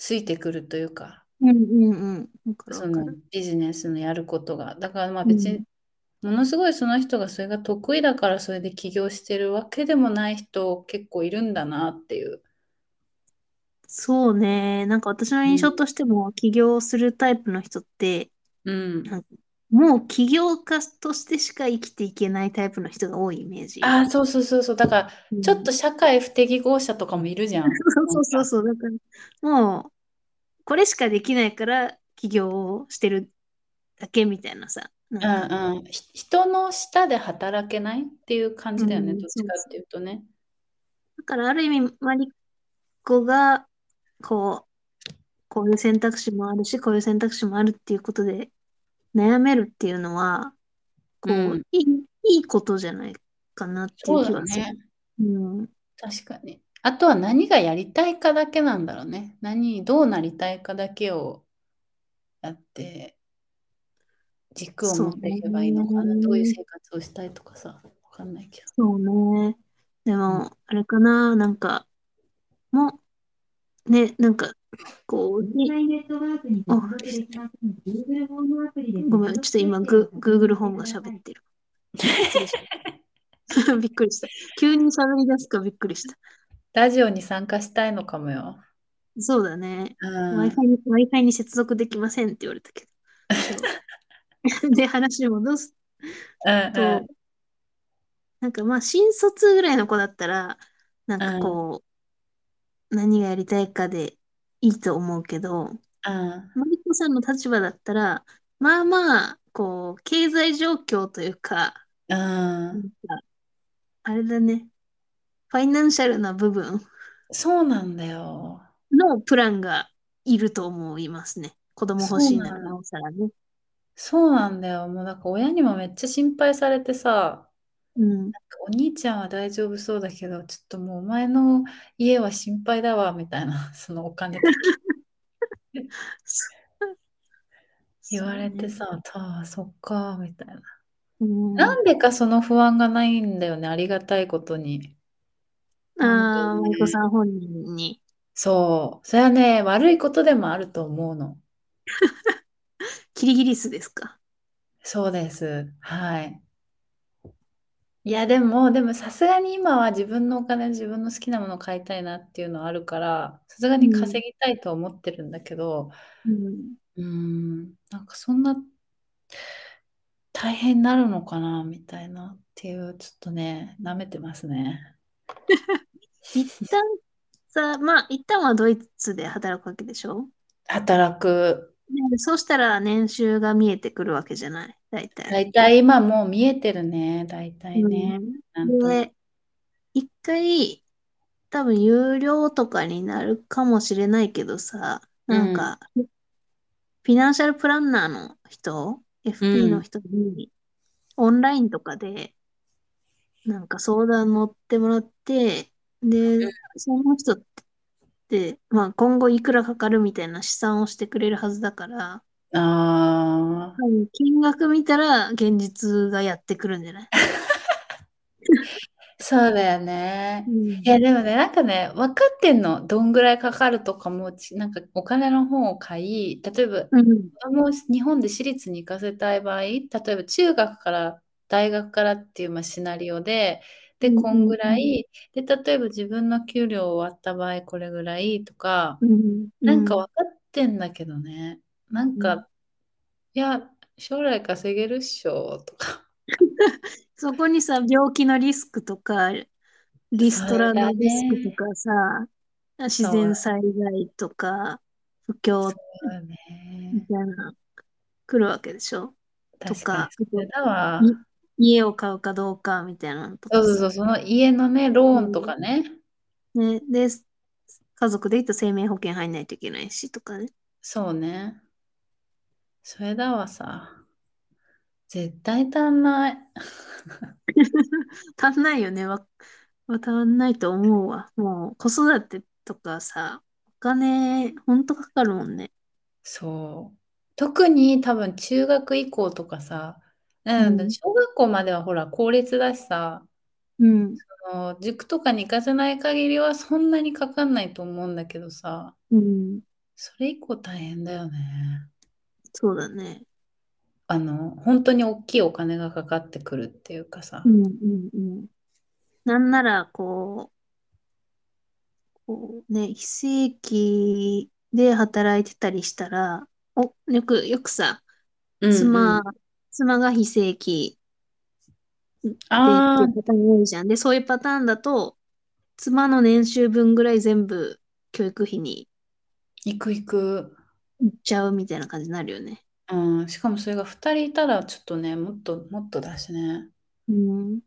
[SPEAKER 1] ついてくるというか
[SPEAKER 2] うんうんうん。わかる
[SPEAKER 1] そ
[SPEAKER 2] わか
[SPEAKER 1] の
[SPEAKER 2] る。
[SPEAKER 1] ビジネスのやることがだからまあ
[SPEAKER 2] う
[SPEAKER 1] 別
[SPEAKER 2] ん。
[SPEAKER 1] にものすごいその人がそれが得意だからそれで起業してるわけでもない人結構いるんだなっていう。
[SPEAKER 2] そうね。なんか私の
[SPEAKER 1] う
[SPEAKER 2] 印象
[SPEAKER 1] ん。
[SPEAKER 2] としても、起業するタイプの人って、
[SPEAKER 1] う
[SPEAKER 2] なん
[SPEAKER 1] ん。
[SPEAKER 2] かもう起業家としてしか生きていけないタイプの人が多いイメージ。
[SPEAKER 1] ああ、そうそうそうそう。だから、
[SPEAKER 2] う
[SPEAKER 1] ちょっ
[SPEAKER 2] ん。
[SPEAKER 1] と社会不適合者とかもいるじゃん。な
[SPEAKER 2] そ
[SPEAKER 1] ん
[SPEAKER 2] うそう
[SPEAKER 1] か、
[SPEAKER 2] そうそう。だから、もう、これしかできないから起業をしてるだけみたいなさ。な
[SPEAKER 1] うん
[SPEAKER 2] か、
[SPEAKER 1] んうん。ひ人の下で働けないっていう感
[SPEAKER 2] う
[SPEAKER 1] じだよね。
[SPEAKER 2] ん、
[SPEAKER 1] どっち
[SPEAKER 2] そう
[SPEAKER 1] かっ
[SPEAKER 2] そう。
[SPEAKER 1] ていうとね。
[SPEAKER 2] だからある意味、マリコが、こう、こういう選択肢もあるし、こういう選択肢もあるっていうことで悩めるっていうのは、
[SPEAKER 1] う
[SPEAKER 2] こう、
[SPEAKER 1] ん。
[SPEAKER 2] いい、いいことじゃないかなっていう
[SPEAKER 1] そう
[SPEAKER 2] 気
[SPEAKER 1] だ
[SPEAKER 2] はする。
[SPEAKER 1] ね。
[SPEAKER 2] うん。
[SPEAKER 1] 確かに。あとは何がやりたいかだけなんだろうね。何、どうなりたいかだけをやって、軸を
[SPEAKER 2] そ
[SPEAKER 1] 持
[SPEAKER 2] う
[SPEAKER 1] っていけばいいのかな。どういう
[SPEAKER 2] ね。
[SPEAKER 1] 生活をしたいとかさ。わかんないけど。
[SPEAKER 2] そうね。で
[SPEAKER 1] うん。
[SPEAKER 2] も、あれかな、なんか、もう、ね、なんか、こう、いお、ごめん、ちょっと今、グ、Google ホームが喋って る。失礼しました。びっくりした。急に喋り出すからびっくりした。
[SPEAKER 1] ラジオに参加したいのかもよ。
[SPEAKER 2] そうだね。
[SPEAKER 1] うん。
[SPEAKER 2] Wi-Fi に、Wi-Fi に接続できませんって言われたけど。そう。 で、話を戻す
[SPEAKER 1] うん
[SPEAKER 2] と、
[SPEAKER 1] う
[SPEAKER 2] なんかまあ、新卒ぐらいの子だったら、なん
[SPEAKER 1] ん。
[SPEAKER 2] か
[SPEAKER 1] うん
[SPEAKER 2] こう、何がやりたいかでいいと思うけど、
[SPEAKER 1] うん。
[SPEAKER 2] マリコさんの立場だったら、まあまあ、こう、経済状況というか、
[SPEAKER 1] う
[SPEAKER 2] なん
[SPEAKER 1] ん。
[SPEAKER 2] かあれだね。ファイナンシャルな部分
[SPEAKER 1] そうなんだよ。
[SPEAKER 2] のプランがいると思いますね。子供欲
[SPEAKER 1] そう
[SPEAKER 2] しいな
[SPEAKER 1] な
[SPEAKER 2] ら
[SPEAKER 1] の。
[SPEAKER 2] なおさらね。
[SPEAKER 1] そうなんだよ。もうなんか親にもめっちゃ心配されてさ、
[SPEAKER 2] うん。
[SPEAKER 1] お兄ちゃんは大丈夫そうだけど、ちょっともうお前の家は心配だわ、みたいな、 そのお金的に
[SPEAKER 2] そ
[SPEAKER 1] 言
[SPEAKER 2] そ
[SPEAKER 1] わ
[SPEAKER 2] う
[SPEAKER 1] れて
[SPEAKER 2] ね。
[SPEAKER 1] さ、ああ、そっか、みたいな。
[SPEAKER 2] うん。
[SPEAKER 1] なんでかその不安がないんだよね、ありがたいことに。本当
[SPEAKER 2] ああ、舞妓
[SPEAKER 1] に。
[SPEAKER 2] さん本人に。
[SPEAKER 1] そう。それはね、悪いことでもあると思うの。
[SPEAKER 2] キリギリスですか。
[SPEAKER 1] そうです。はい。いや、でも、でもさすがに今は自分のお金、自分の好きなものを買いたいなっていうのはあるから、さすが
[SPEAKER 2] う
[SPEAKER 1] に
[SPEAKER 2] ん。
[SPEAKER 1] 稼ぎたいとは思ってるんだけど、
[SPEAKER 2] うん。
[SPEAKER 1] うーん、なんかそんな大変になるのかな、みたいなっていう、ちょっとね、舐めてますね。
[SPEAKER 2] 一旦さ、まあ、一旦はドイツで働くわけでしょ
[SPEAKER 1] 働く。
[SPEAKER 2] で、そうしたら年収が見えてくるわけじゃない。大体。
[SPEAKER 1] 大体今もう見えてるね、大体
[SPEAKER 2] う
[SPEAKER 1] ね。
[SPEAKER 2] ん。
[SPEAKER 1] なんとなく。
[SPEAKER 2] で、一回、多分有料とかになるかもしれないけどさ、
[SPEAKER 1] う
[SPEAKER 2] なん
[SPEAKER 1] ん、
[SPEAKER 2] か、フィナンシャルプランナーの人、
[SPEAKER 1] う
[SPEAKER 2] FP の
[SPEAKER 1] ん、
[SPEAKER 2] 人に、オンラインとかで、なんか相談乗ってもらって、で、その人って、まあ今後いくらかかるみたいな試算をしてくれるはずだから、
[SPEAKER 1] あ
[SPEAKER 2] 多分金額見たら現実がやってくるんじ ゃな
[SPEAKER 1] ー、
[SPEAKER 2] い
[SPEAKER 1] そうだよ
[SPEAKER 2] う
[SPEAKER 1] ね。い
[SPEAKER 2] ん。
[SPEAKER 1] や、でもね、なんかね、分かってんの。どんぐらいかかるとかも、ちなんかお金の本を買い、例えば、子
[SPEAKER 2] うん。
[SPEAKER 1] 供を日本で私立に行かせたい場合、例えば中学から大学からっていう、まあ、シナリオで、
[SPEAKER 2] う
[SPEAKER 1] で、
[SPEAKER 2] ん。
[SPEAKER 1] こん
[SPEAKER 2] う
[SPEAKER 1] ぐ
[SPEAKER 2] ん。
[SPEAKER 1] らい、で、例えば自分の給料終わった場合、これぐらいとか、
[SPEAKER 2] うん。う
[SPEAKER 1] なんか
[SPEAKER 2] ん。
[SPEAKER 1] 分かってんだけどね、なん
[SPEAKER 2] うん
[SPEAKER 1] か、いや、将来稼げるっしょ、とか。
[SPEAKER 2] そこにさ、病気のリスクとか、リ
[SPEAKER 1] そ
[SPEAKER 2] スト
[SPEAKER 1] れ
[SPEAKER 2] ラ
[SPEAKER 1] が
[SPEAKER 2] のリスクと
[SPEAKER 1] ね、
[SPEAKER 2] かさ、自
[SPEAKER 1] そう
[SPEAKER 2] 然
[SPEAKER 1] だ、
[SPEAKER 2] 災害とか、不
[SPEAKER 1] そ
[SPEAKER 2] 況
[SPEAKER 1] うだ
[SPEAKER 2] み
[SPEAKER 1] ね。
[SPEAKER 2] たいな、来るわけでしょ と
[SPEAKER 1] 確かに、
[SPEAKER 2] か、あ
[SPEAKER 1] それ
[SPEAKER 2] と、
[SPEAKER 1] だ
[SPEAKER 2] い
[SPEAKER 1] わ。
[SPEAKER 2] 家を買うかどうかみたいなのと
[SPEAKER 1] そう
[SPEAKER 2] か
[SPEAKER 1] そう
[SPEAKER 2] さ。
[SPEAKER 1] そう、その家のね、ローンと
[SPEAKER 2] う
[SPEAKER 1] かね。
[SPEAKER 2] んね、で、家族で言うと生命保険入んないといけないしとかね。
[SPEAKER 1] そうね。それだわさ。絶対足んない。
[SPEAKER 2] 足んないよね。わ、わ足んないと思うわ。もう子育てとかさ、お金、ほんとかかるもんね。
[SPEAKER 1] そう。特に多分中学以降とかさ、
[SPEAKER 2] う
[SPEAKER 1] うん、
[SPEAKER 2] ん。
[SPEAKER 1] 小学校まではほら公立だしさ、
[SPEAKER 2] うん。
[SPEAKER 1] あの塾とかに行かせない限りはそんなにかかんないと思うんだけどさ、
[SPEAKER 2] うん。
[SPEAKER 1] それ以降大変だよね。
[SPEAKER 2] そうだね。
[SPEAKER 1] あの、本当に大きいお金がかかってくるっていうか
[SPEAKER 2] う
[SPEAKER 1] さ。
[SPEAKER 2] んうんうん。なんなら、こう、こうね、非正規で働いてたりしたら、お、よく、よくさ、
[SPEAKER 1] うんう
[SPEAKER 2] 妻、
[SPEAKER 1] ん。
[SPEAKER 2] 妻が非正規でってい
[SPEAKER 1] あ
[SPEAKER 2] う
[SPEAKER 1] あ、
[SPEAKER 2] パターン多いじゃん。で、そういうパターンだと、妻の年収分ぐらい全部教育費に
[SPEAKER 1] 行く行く。
[SPEAKER 2] 行っちゃうみたいな感じになるよね。
[SPEAKER 1] うん、しかもそれが2人いたらちょっとね、もっともっとだしね。
[SPEAKER 2] うん。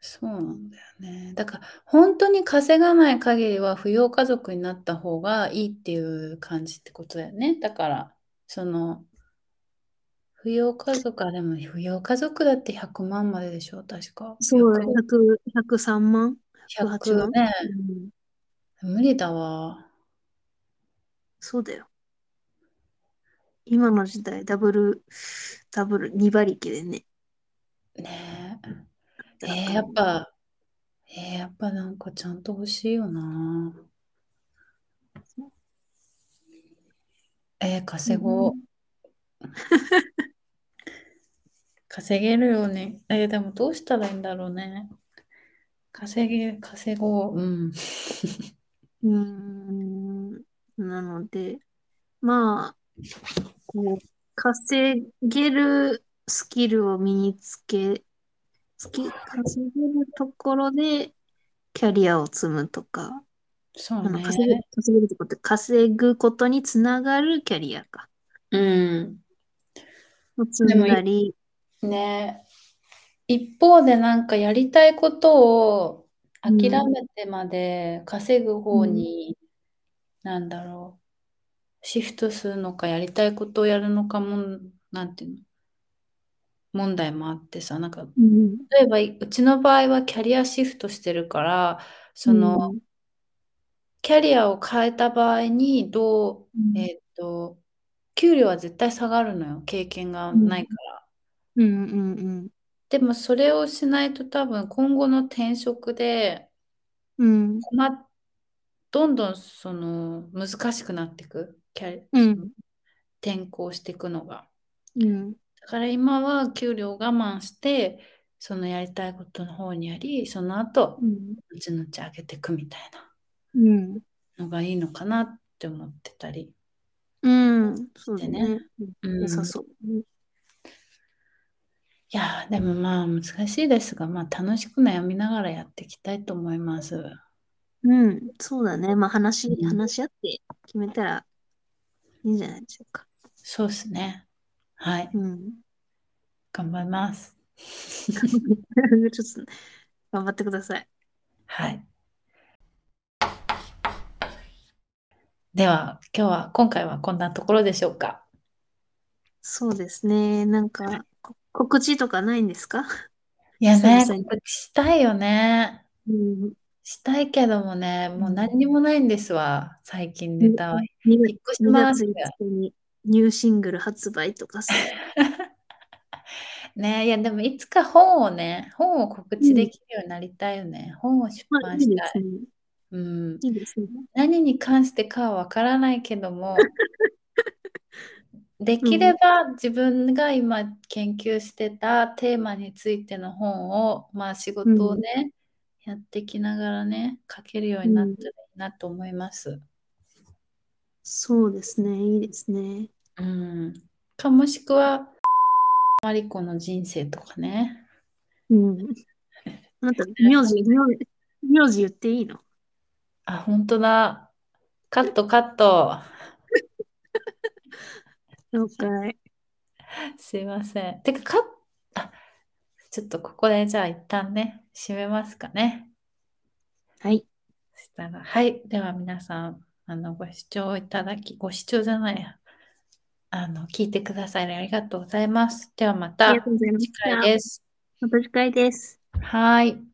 [SPEAKER 1] そうなんだよね。だから本当に稼がない限りは扶養家族になった方がいいっていう感じってことだよね。だからその扶養家族はでも扶養家族だって100万まででしょ、確か。
[SPEAKER 2] そうだ
[SPEAKER 1] 100、
[SPEAKER 2] ね。100、103万 ?108
[SPEAKER 1] 100
[SPEAKER 2] 万
[SPEAKER 1] ね。
[SPEAKER 2] うん。
[SPEAKER 1] 無理だわ。
[SPEAKER 2] そうだよ。今の時代、ダブル、ダブル、2馬力でね、
[SPEAKER 1] ねえ。え
[SPEAKER 2] 働
[SPEAKER 1] ー
[SPEAKER 2] く
[SPEAKER 1] やっ
[SPEAKER 2] のは。
[SPEAKER 1] ぱ、えーやっぱなんかちゃんと欲しいよな。
[SPEAKER 2] そう
[SPEAKER 1] えー
[SPEAKER 2] う
[SPEAKER 1] 稼ごう。
[SPEAKER 2] ん
[SPEAKER 1] 稼げるよね。えーでもどうしたらいいんだろうね。稼げ、稼ごう。うん。
[SPEAKER 2] うーん。なので、まあ、こう、稼げるスキルを身につけ、スキ、稼げるところでキャリアを積むとか、
[SPEAKER 1] そう
[SPEAKER 2] あの、
[SPEAKER 1] ね。
[SPEAKER 2] 稼ぐ、稼げるってこと、稼ぐことにつながるキャリアか。
[SPEAKER 1] うん。
[SPEAKER 2] を積
[SPEAKER 1] で
[SPEAKER 2] ん
[SPEAKER 1] も
[SPEAKER 2] だ
[SPEAKER 1] い、
[SPEAKER 2] り、
[SPEAKER 1] ね。一方でなんかやりたいことを
[SPEAKER 2] う
[SPEAKER 1] 諦
[SPEAKER 2] ん。
[SPEAKER 1] めてまで稼ぐ
[SPEAKER 2] う
[SPEAKER 1] 方
[SPEAKER 2] ん。
[SPEAKER 1] に、なんだろう、シフトするのかやりたいことをやるのかもん、なんていうの、問題もあってさ、なんか、
[SPEAKER 2] うん。
[SPEAKER 1] 例えばいうちの場合はキャリアシフトしてるから、
[SPEAKER 2] う
[SPEAKER 1] その、
[SPEAKER 2] ん。
[SPEAKER 1] キャリアを変えた場合にどう、
[SPEAKER 2] うん。
[SPEAKER 1] えーっと、給料は絶対下がるのよ、経験が
[SPEAKER 2] うん。
[SPEAKER 1] ないから。
[SPEAKER 2] うん。うん
[SPEAKER 1] でもそれをしないと多分今後の転職で
[SPEAKER 2] うん
[SPEAKER 1] 困っ、どんどんその難しくなっていく、キャリ、
[SPEAKER 2] う
[SPEAKER 1] その
[SPEAKER 2] ん
[SPEAKER 1] 転校していくのが。
[SPEAKER 2] うん
[SPEAKER 1] だから今は給料を我慢して、そのやりたいことの方にやり、その後、
[SPEAKER 2] うん
[SPEAKER 1] 後々上げていくみたいな
[SPEAKER 2] うん
[SPEAKER 1] のがいいのかなって思ってたり
[SPEAKER 2] うん
[SPEAKER 1] し
[SPEAKER 2] そう
[SPEAKER 1] て
[SPEAKER 2] だ
[SPEAKER 1] ね。
[SPEAKER 2] ね。うん良
[SPEAKER 1] う
[SPEAKER 2] さ
[SPEAKER 1] ん。
[SPEAKER 2] そう。
[SPEAKER 1] いやー、でもまあ難しいですが、まあ楽しく悩みながらやっていきたいと思います。
[SPEAKER 2] うん。そうだね。まあ、
[SPEAKER 1] う
[SPEAKER 2] 話、
[SPEAKER 1] ん、
[SPEAKER 2] 話し合って決めたらいいんじゃないでしょうか。
[SPEAKER 1] そうですね。はい、
[SPEAKER 2] うん。
[SPEAKER 1] 頑張ります。
[SPEAKER 2] ちょっと頑張ってください。
[SPEAKER 1] はい。では、今日は、今回はこんなところでしょうか。
[SPEAKER 2] そうですね。なんか、こ告知とかないんですか
[SPEAKER 1] いや
[SPEAKER 2] 久
[SPEAKER 1] ね、
[SPEAKER 2] 々に。
[SPEAKER 1] 告知したいよね。
[SPEAKER 2] うん。
[SPEAKER 1] したいけどもね、
[SPEAKER 2] う
[SPEAKER 1] もうん何にもないんですわ。最近ネ
[SPEAKER 2] に
[SPEAKER 1] タは。
[SPEAKER 2] にが
[SPEAKER 1] 引っ越し
[SPEAKER 2] 2
[SPEAKER 1] ま
[SPEAKER 2] 月
[SPEAKER 1] す。
[SPEAKER 2] 5日にニューシングル発売とかさ。
[SPEAKER 1] ね、いや、でもいつか本をね、本を告
[SPEAKER 2] う
[SPEAKER 1] 知で
[SPEAKER 2] ん。
[SPEAKER 1] きるようになりたいよね。本を出
[SPEAKER 2] まあ、
[SPEAKER 1] 版
[SPEAKER 2] いい
[SPEAKER 1] し
[SPEAKER 2] で
[SPEAKER 1] た
[SPEAKER 2] す
[SPEAKER 1] い。
[SPEAKER 2] ね。
[SPEAKER 1] うん。
[SPEAKER 2] いいですね。
[SPEAKER 1] 何に関してかはわからないけど も、で
[SPEAKER 2] う
[SPEAKER 1] きれ
[SPEAKER 2] ん。
[SPEAKER 1] ば自分が今研究してたテーマについての本を、まあ仕
[SPEAKER 2] う
[SPEAKER 1] 事を
[SPEAKER 2] ん。
[SPEAKER 1] ね、やってきながらね、書けるよう
[SPEAKER 2] う
[SPEAKER 1] になった
[SPEAKER 2] ん。
[SPEAKER 1] らいいなと思います。
[SPEAKER 2] そうですね。いいですね。
[SPEAKER 1] うん。か、もしくは、マリコの人生とかね。
[SPEAKER 2] うん。あなた、名字、名字、名字言っていいの
[SPEAKER 1] あ、本当だ。カットカット。
[SPEAKER 2] 了解。
[SPEAKER 1] すいません。てか、カッ、あ、ちょっとここでじゃあ一旦ね、締めますかね。
[SPEAKER 2] はい。
[SPEAKER 1] そしたら、はい。では皆さん、あの、ご視聴いただき、ご視聴じゃないや、あの、聞いてくださりありがとうございます。ではま
[SPEAKER 2] ありがと
[SPEAKER 1] た、
[SPEAKER 2] うございま
[SPEAKER 1] 次
[SPEAKER 2] し
[SPEAKER 1] 回
[SPEAKER 2] た。
[SPEAKER 1] です。
[SPEAKER 2] また次回です。
[SPEAKER 1] はい。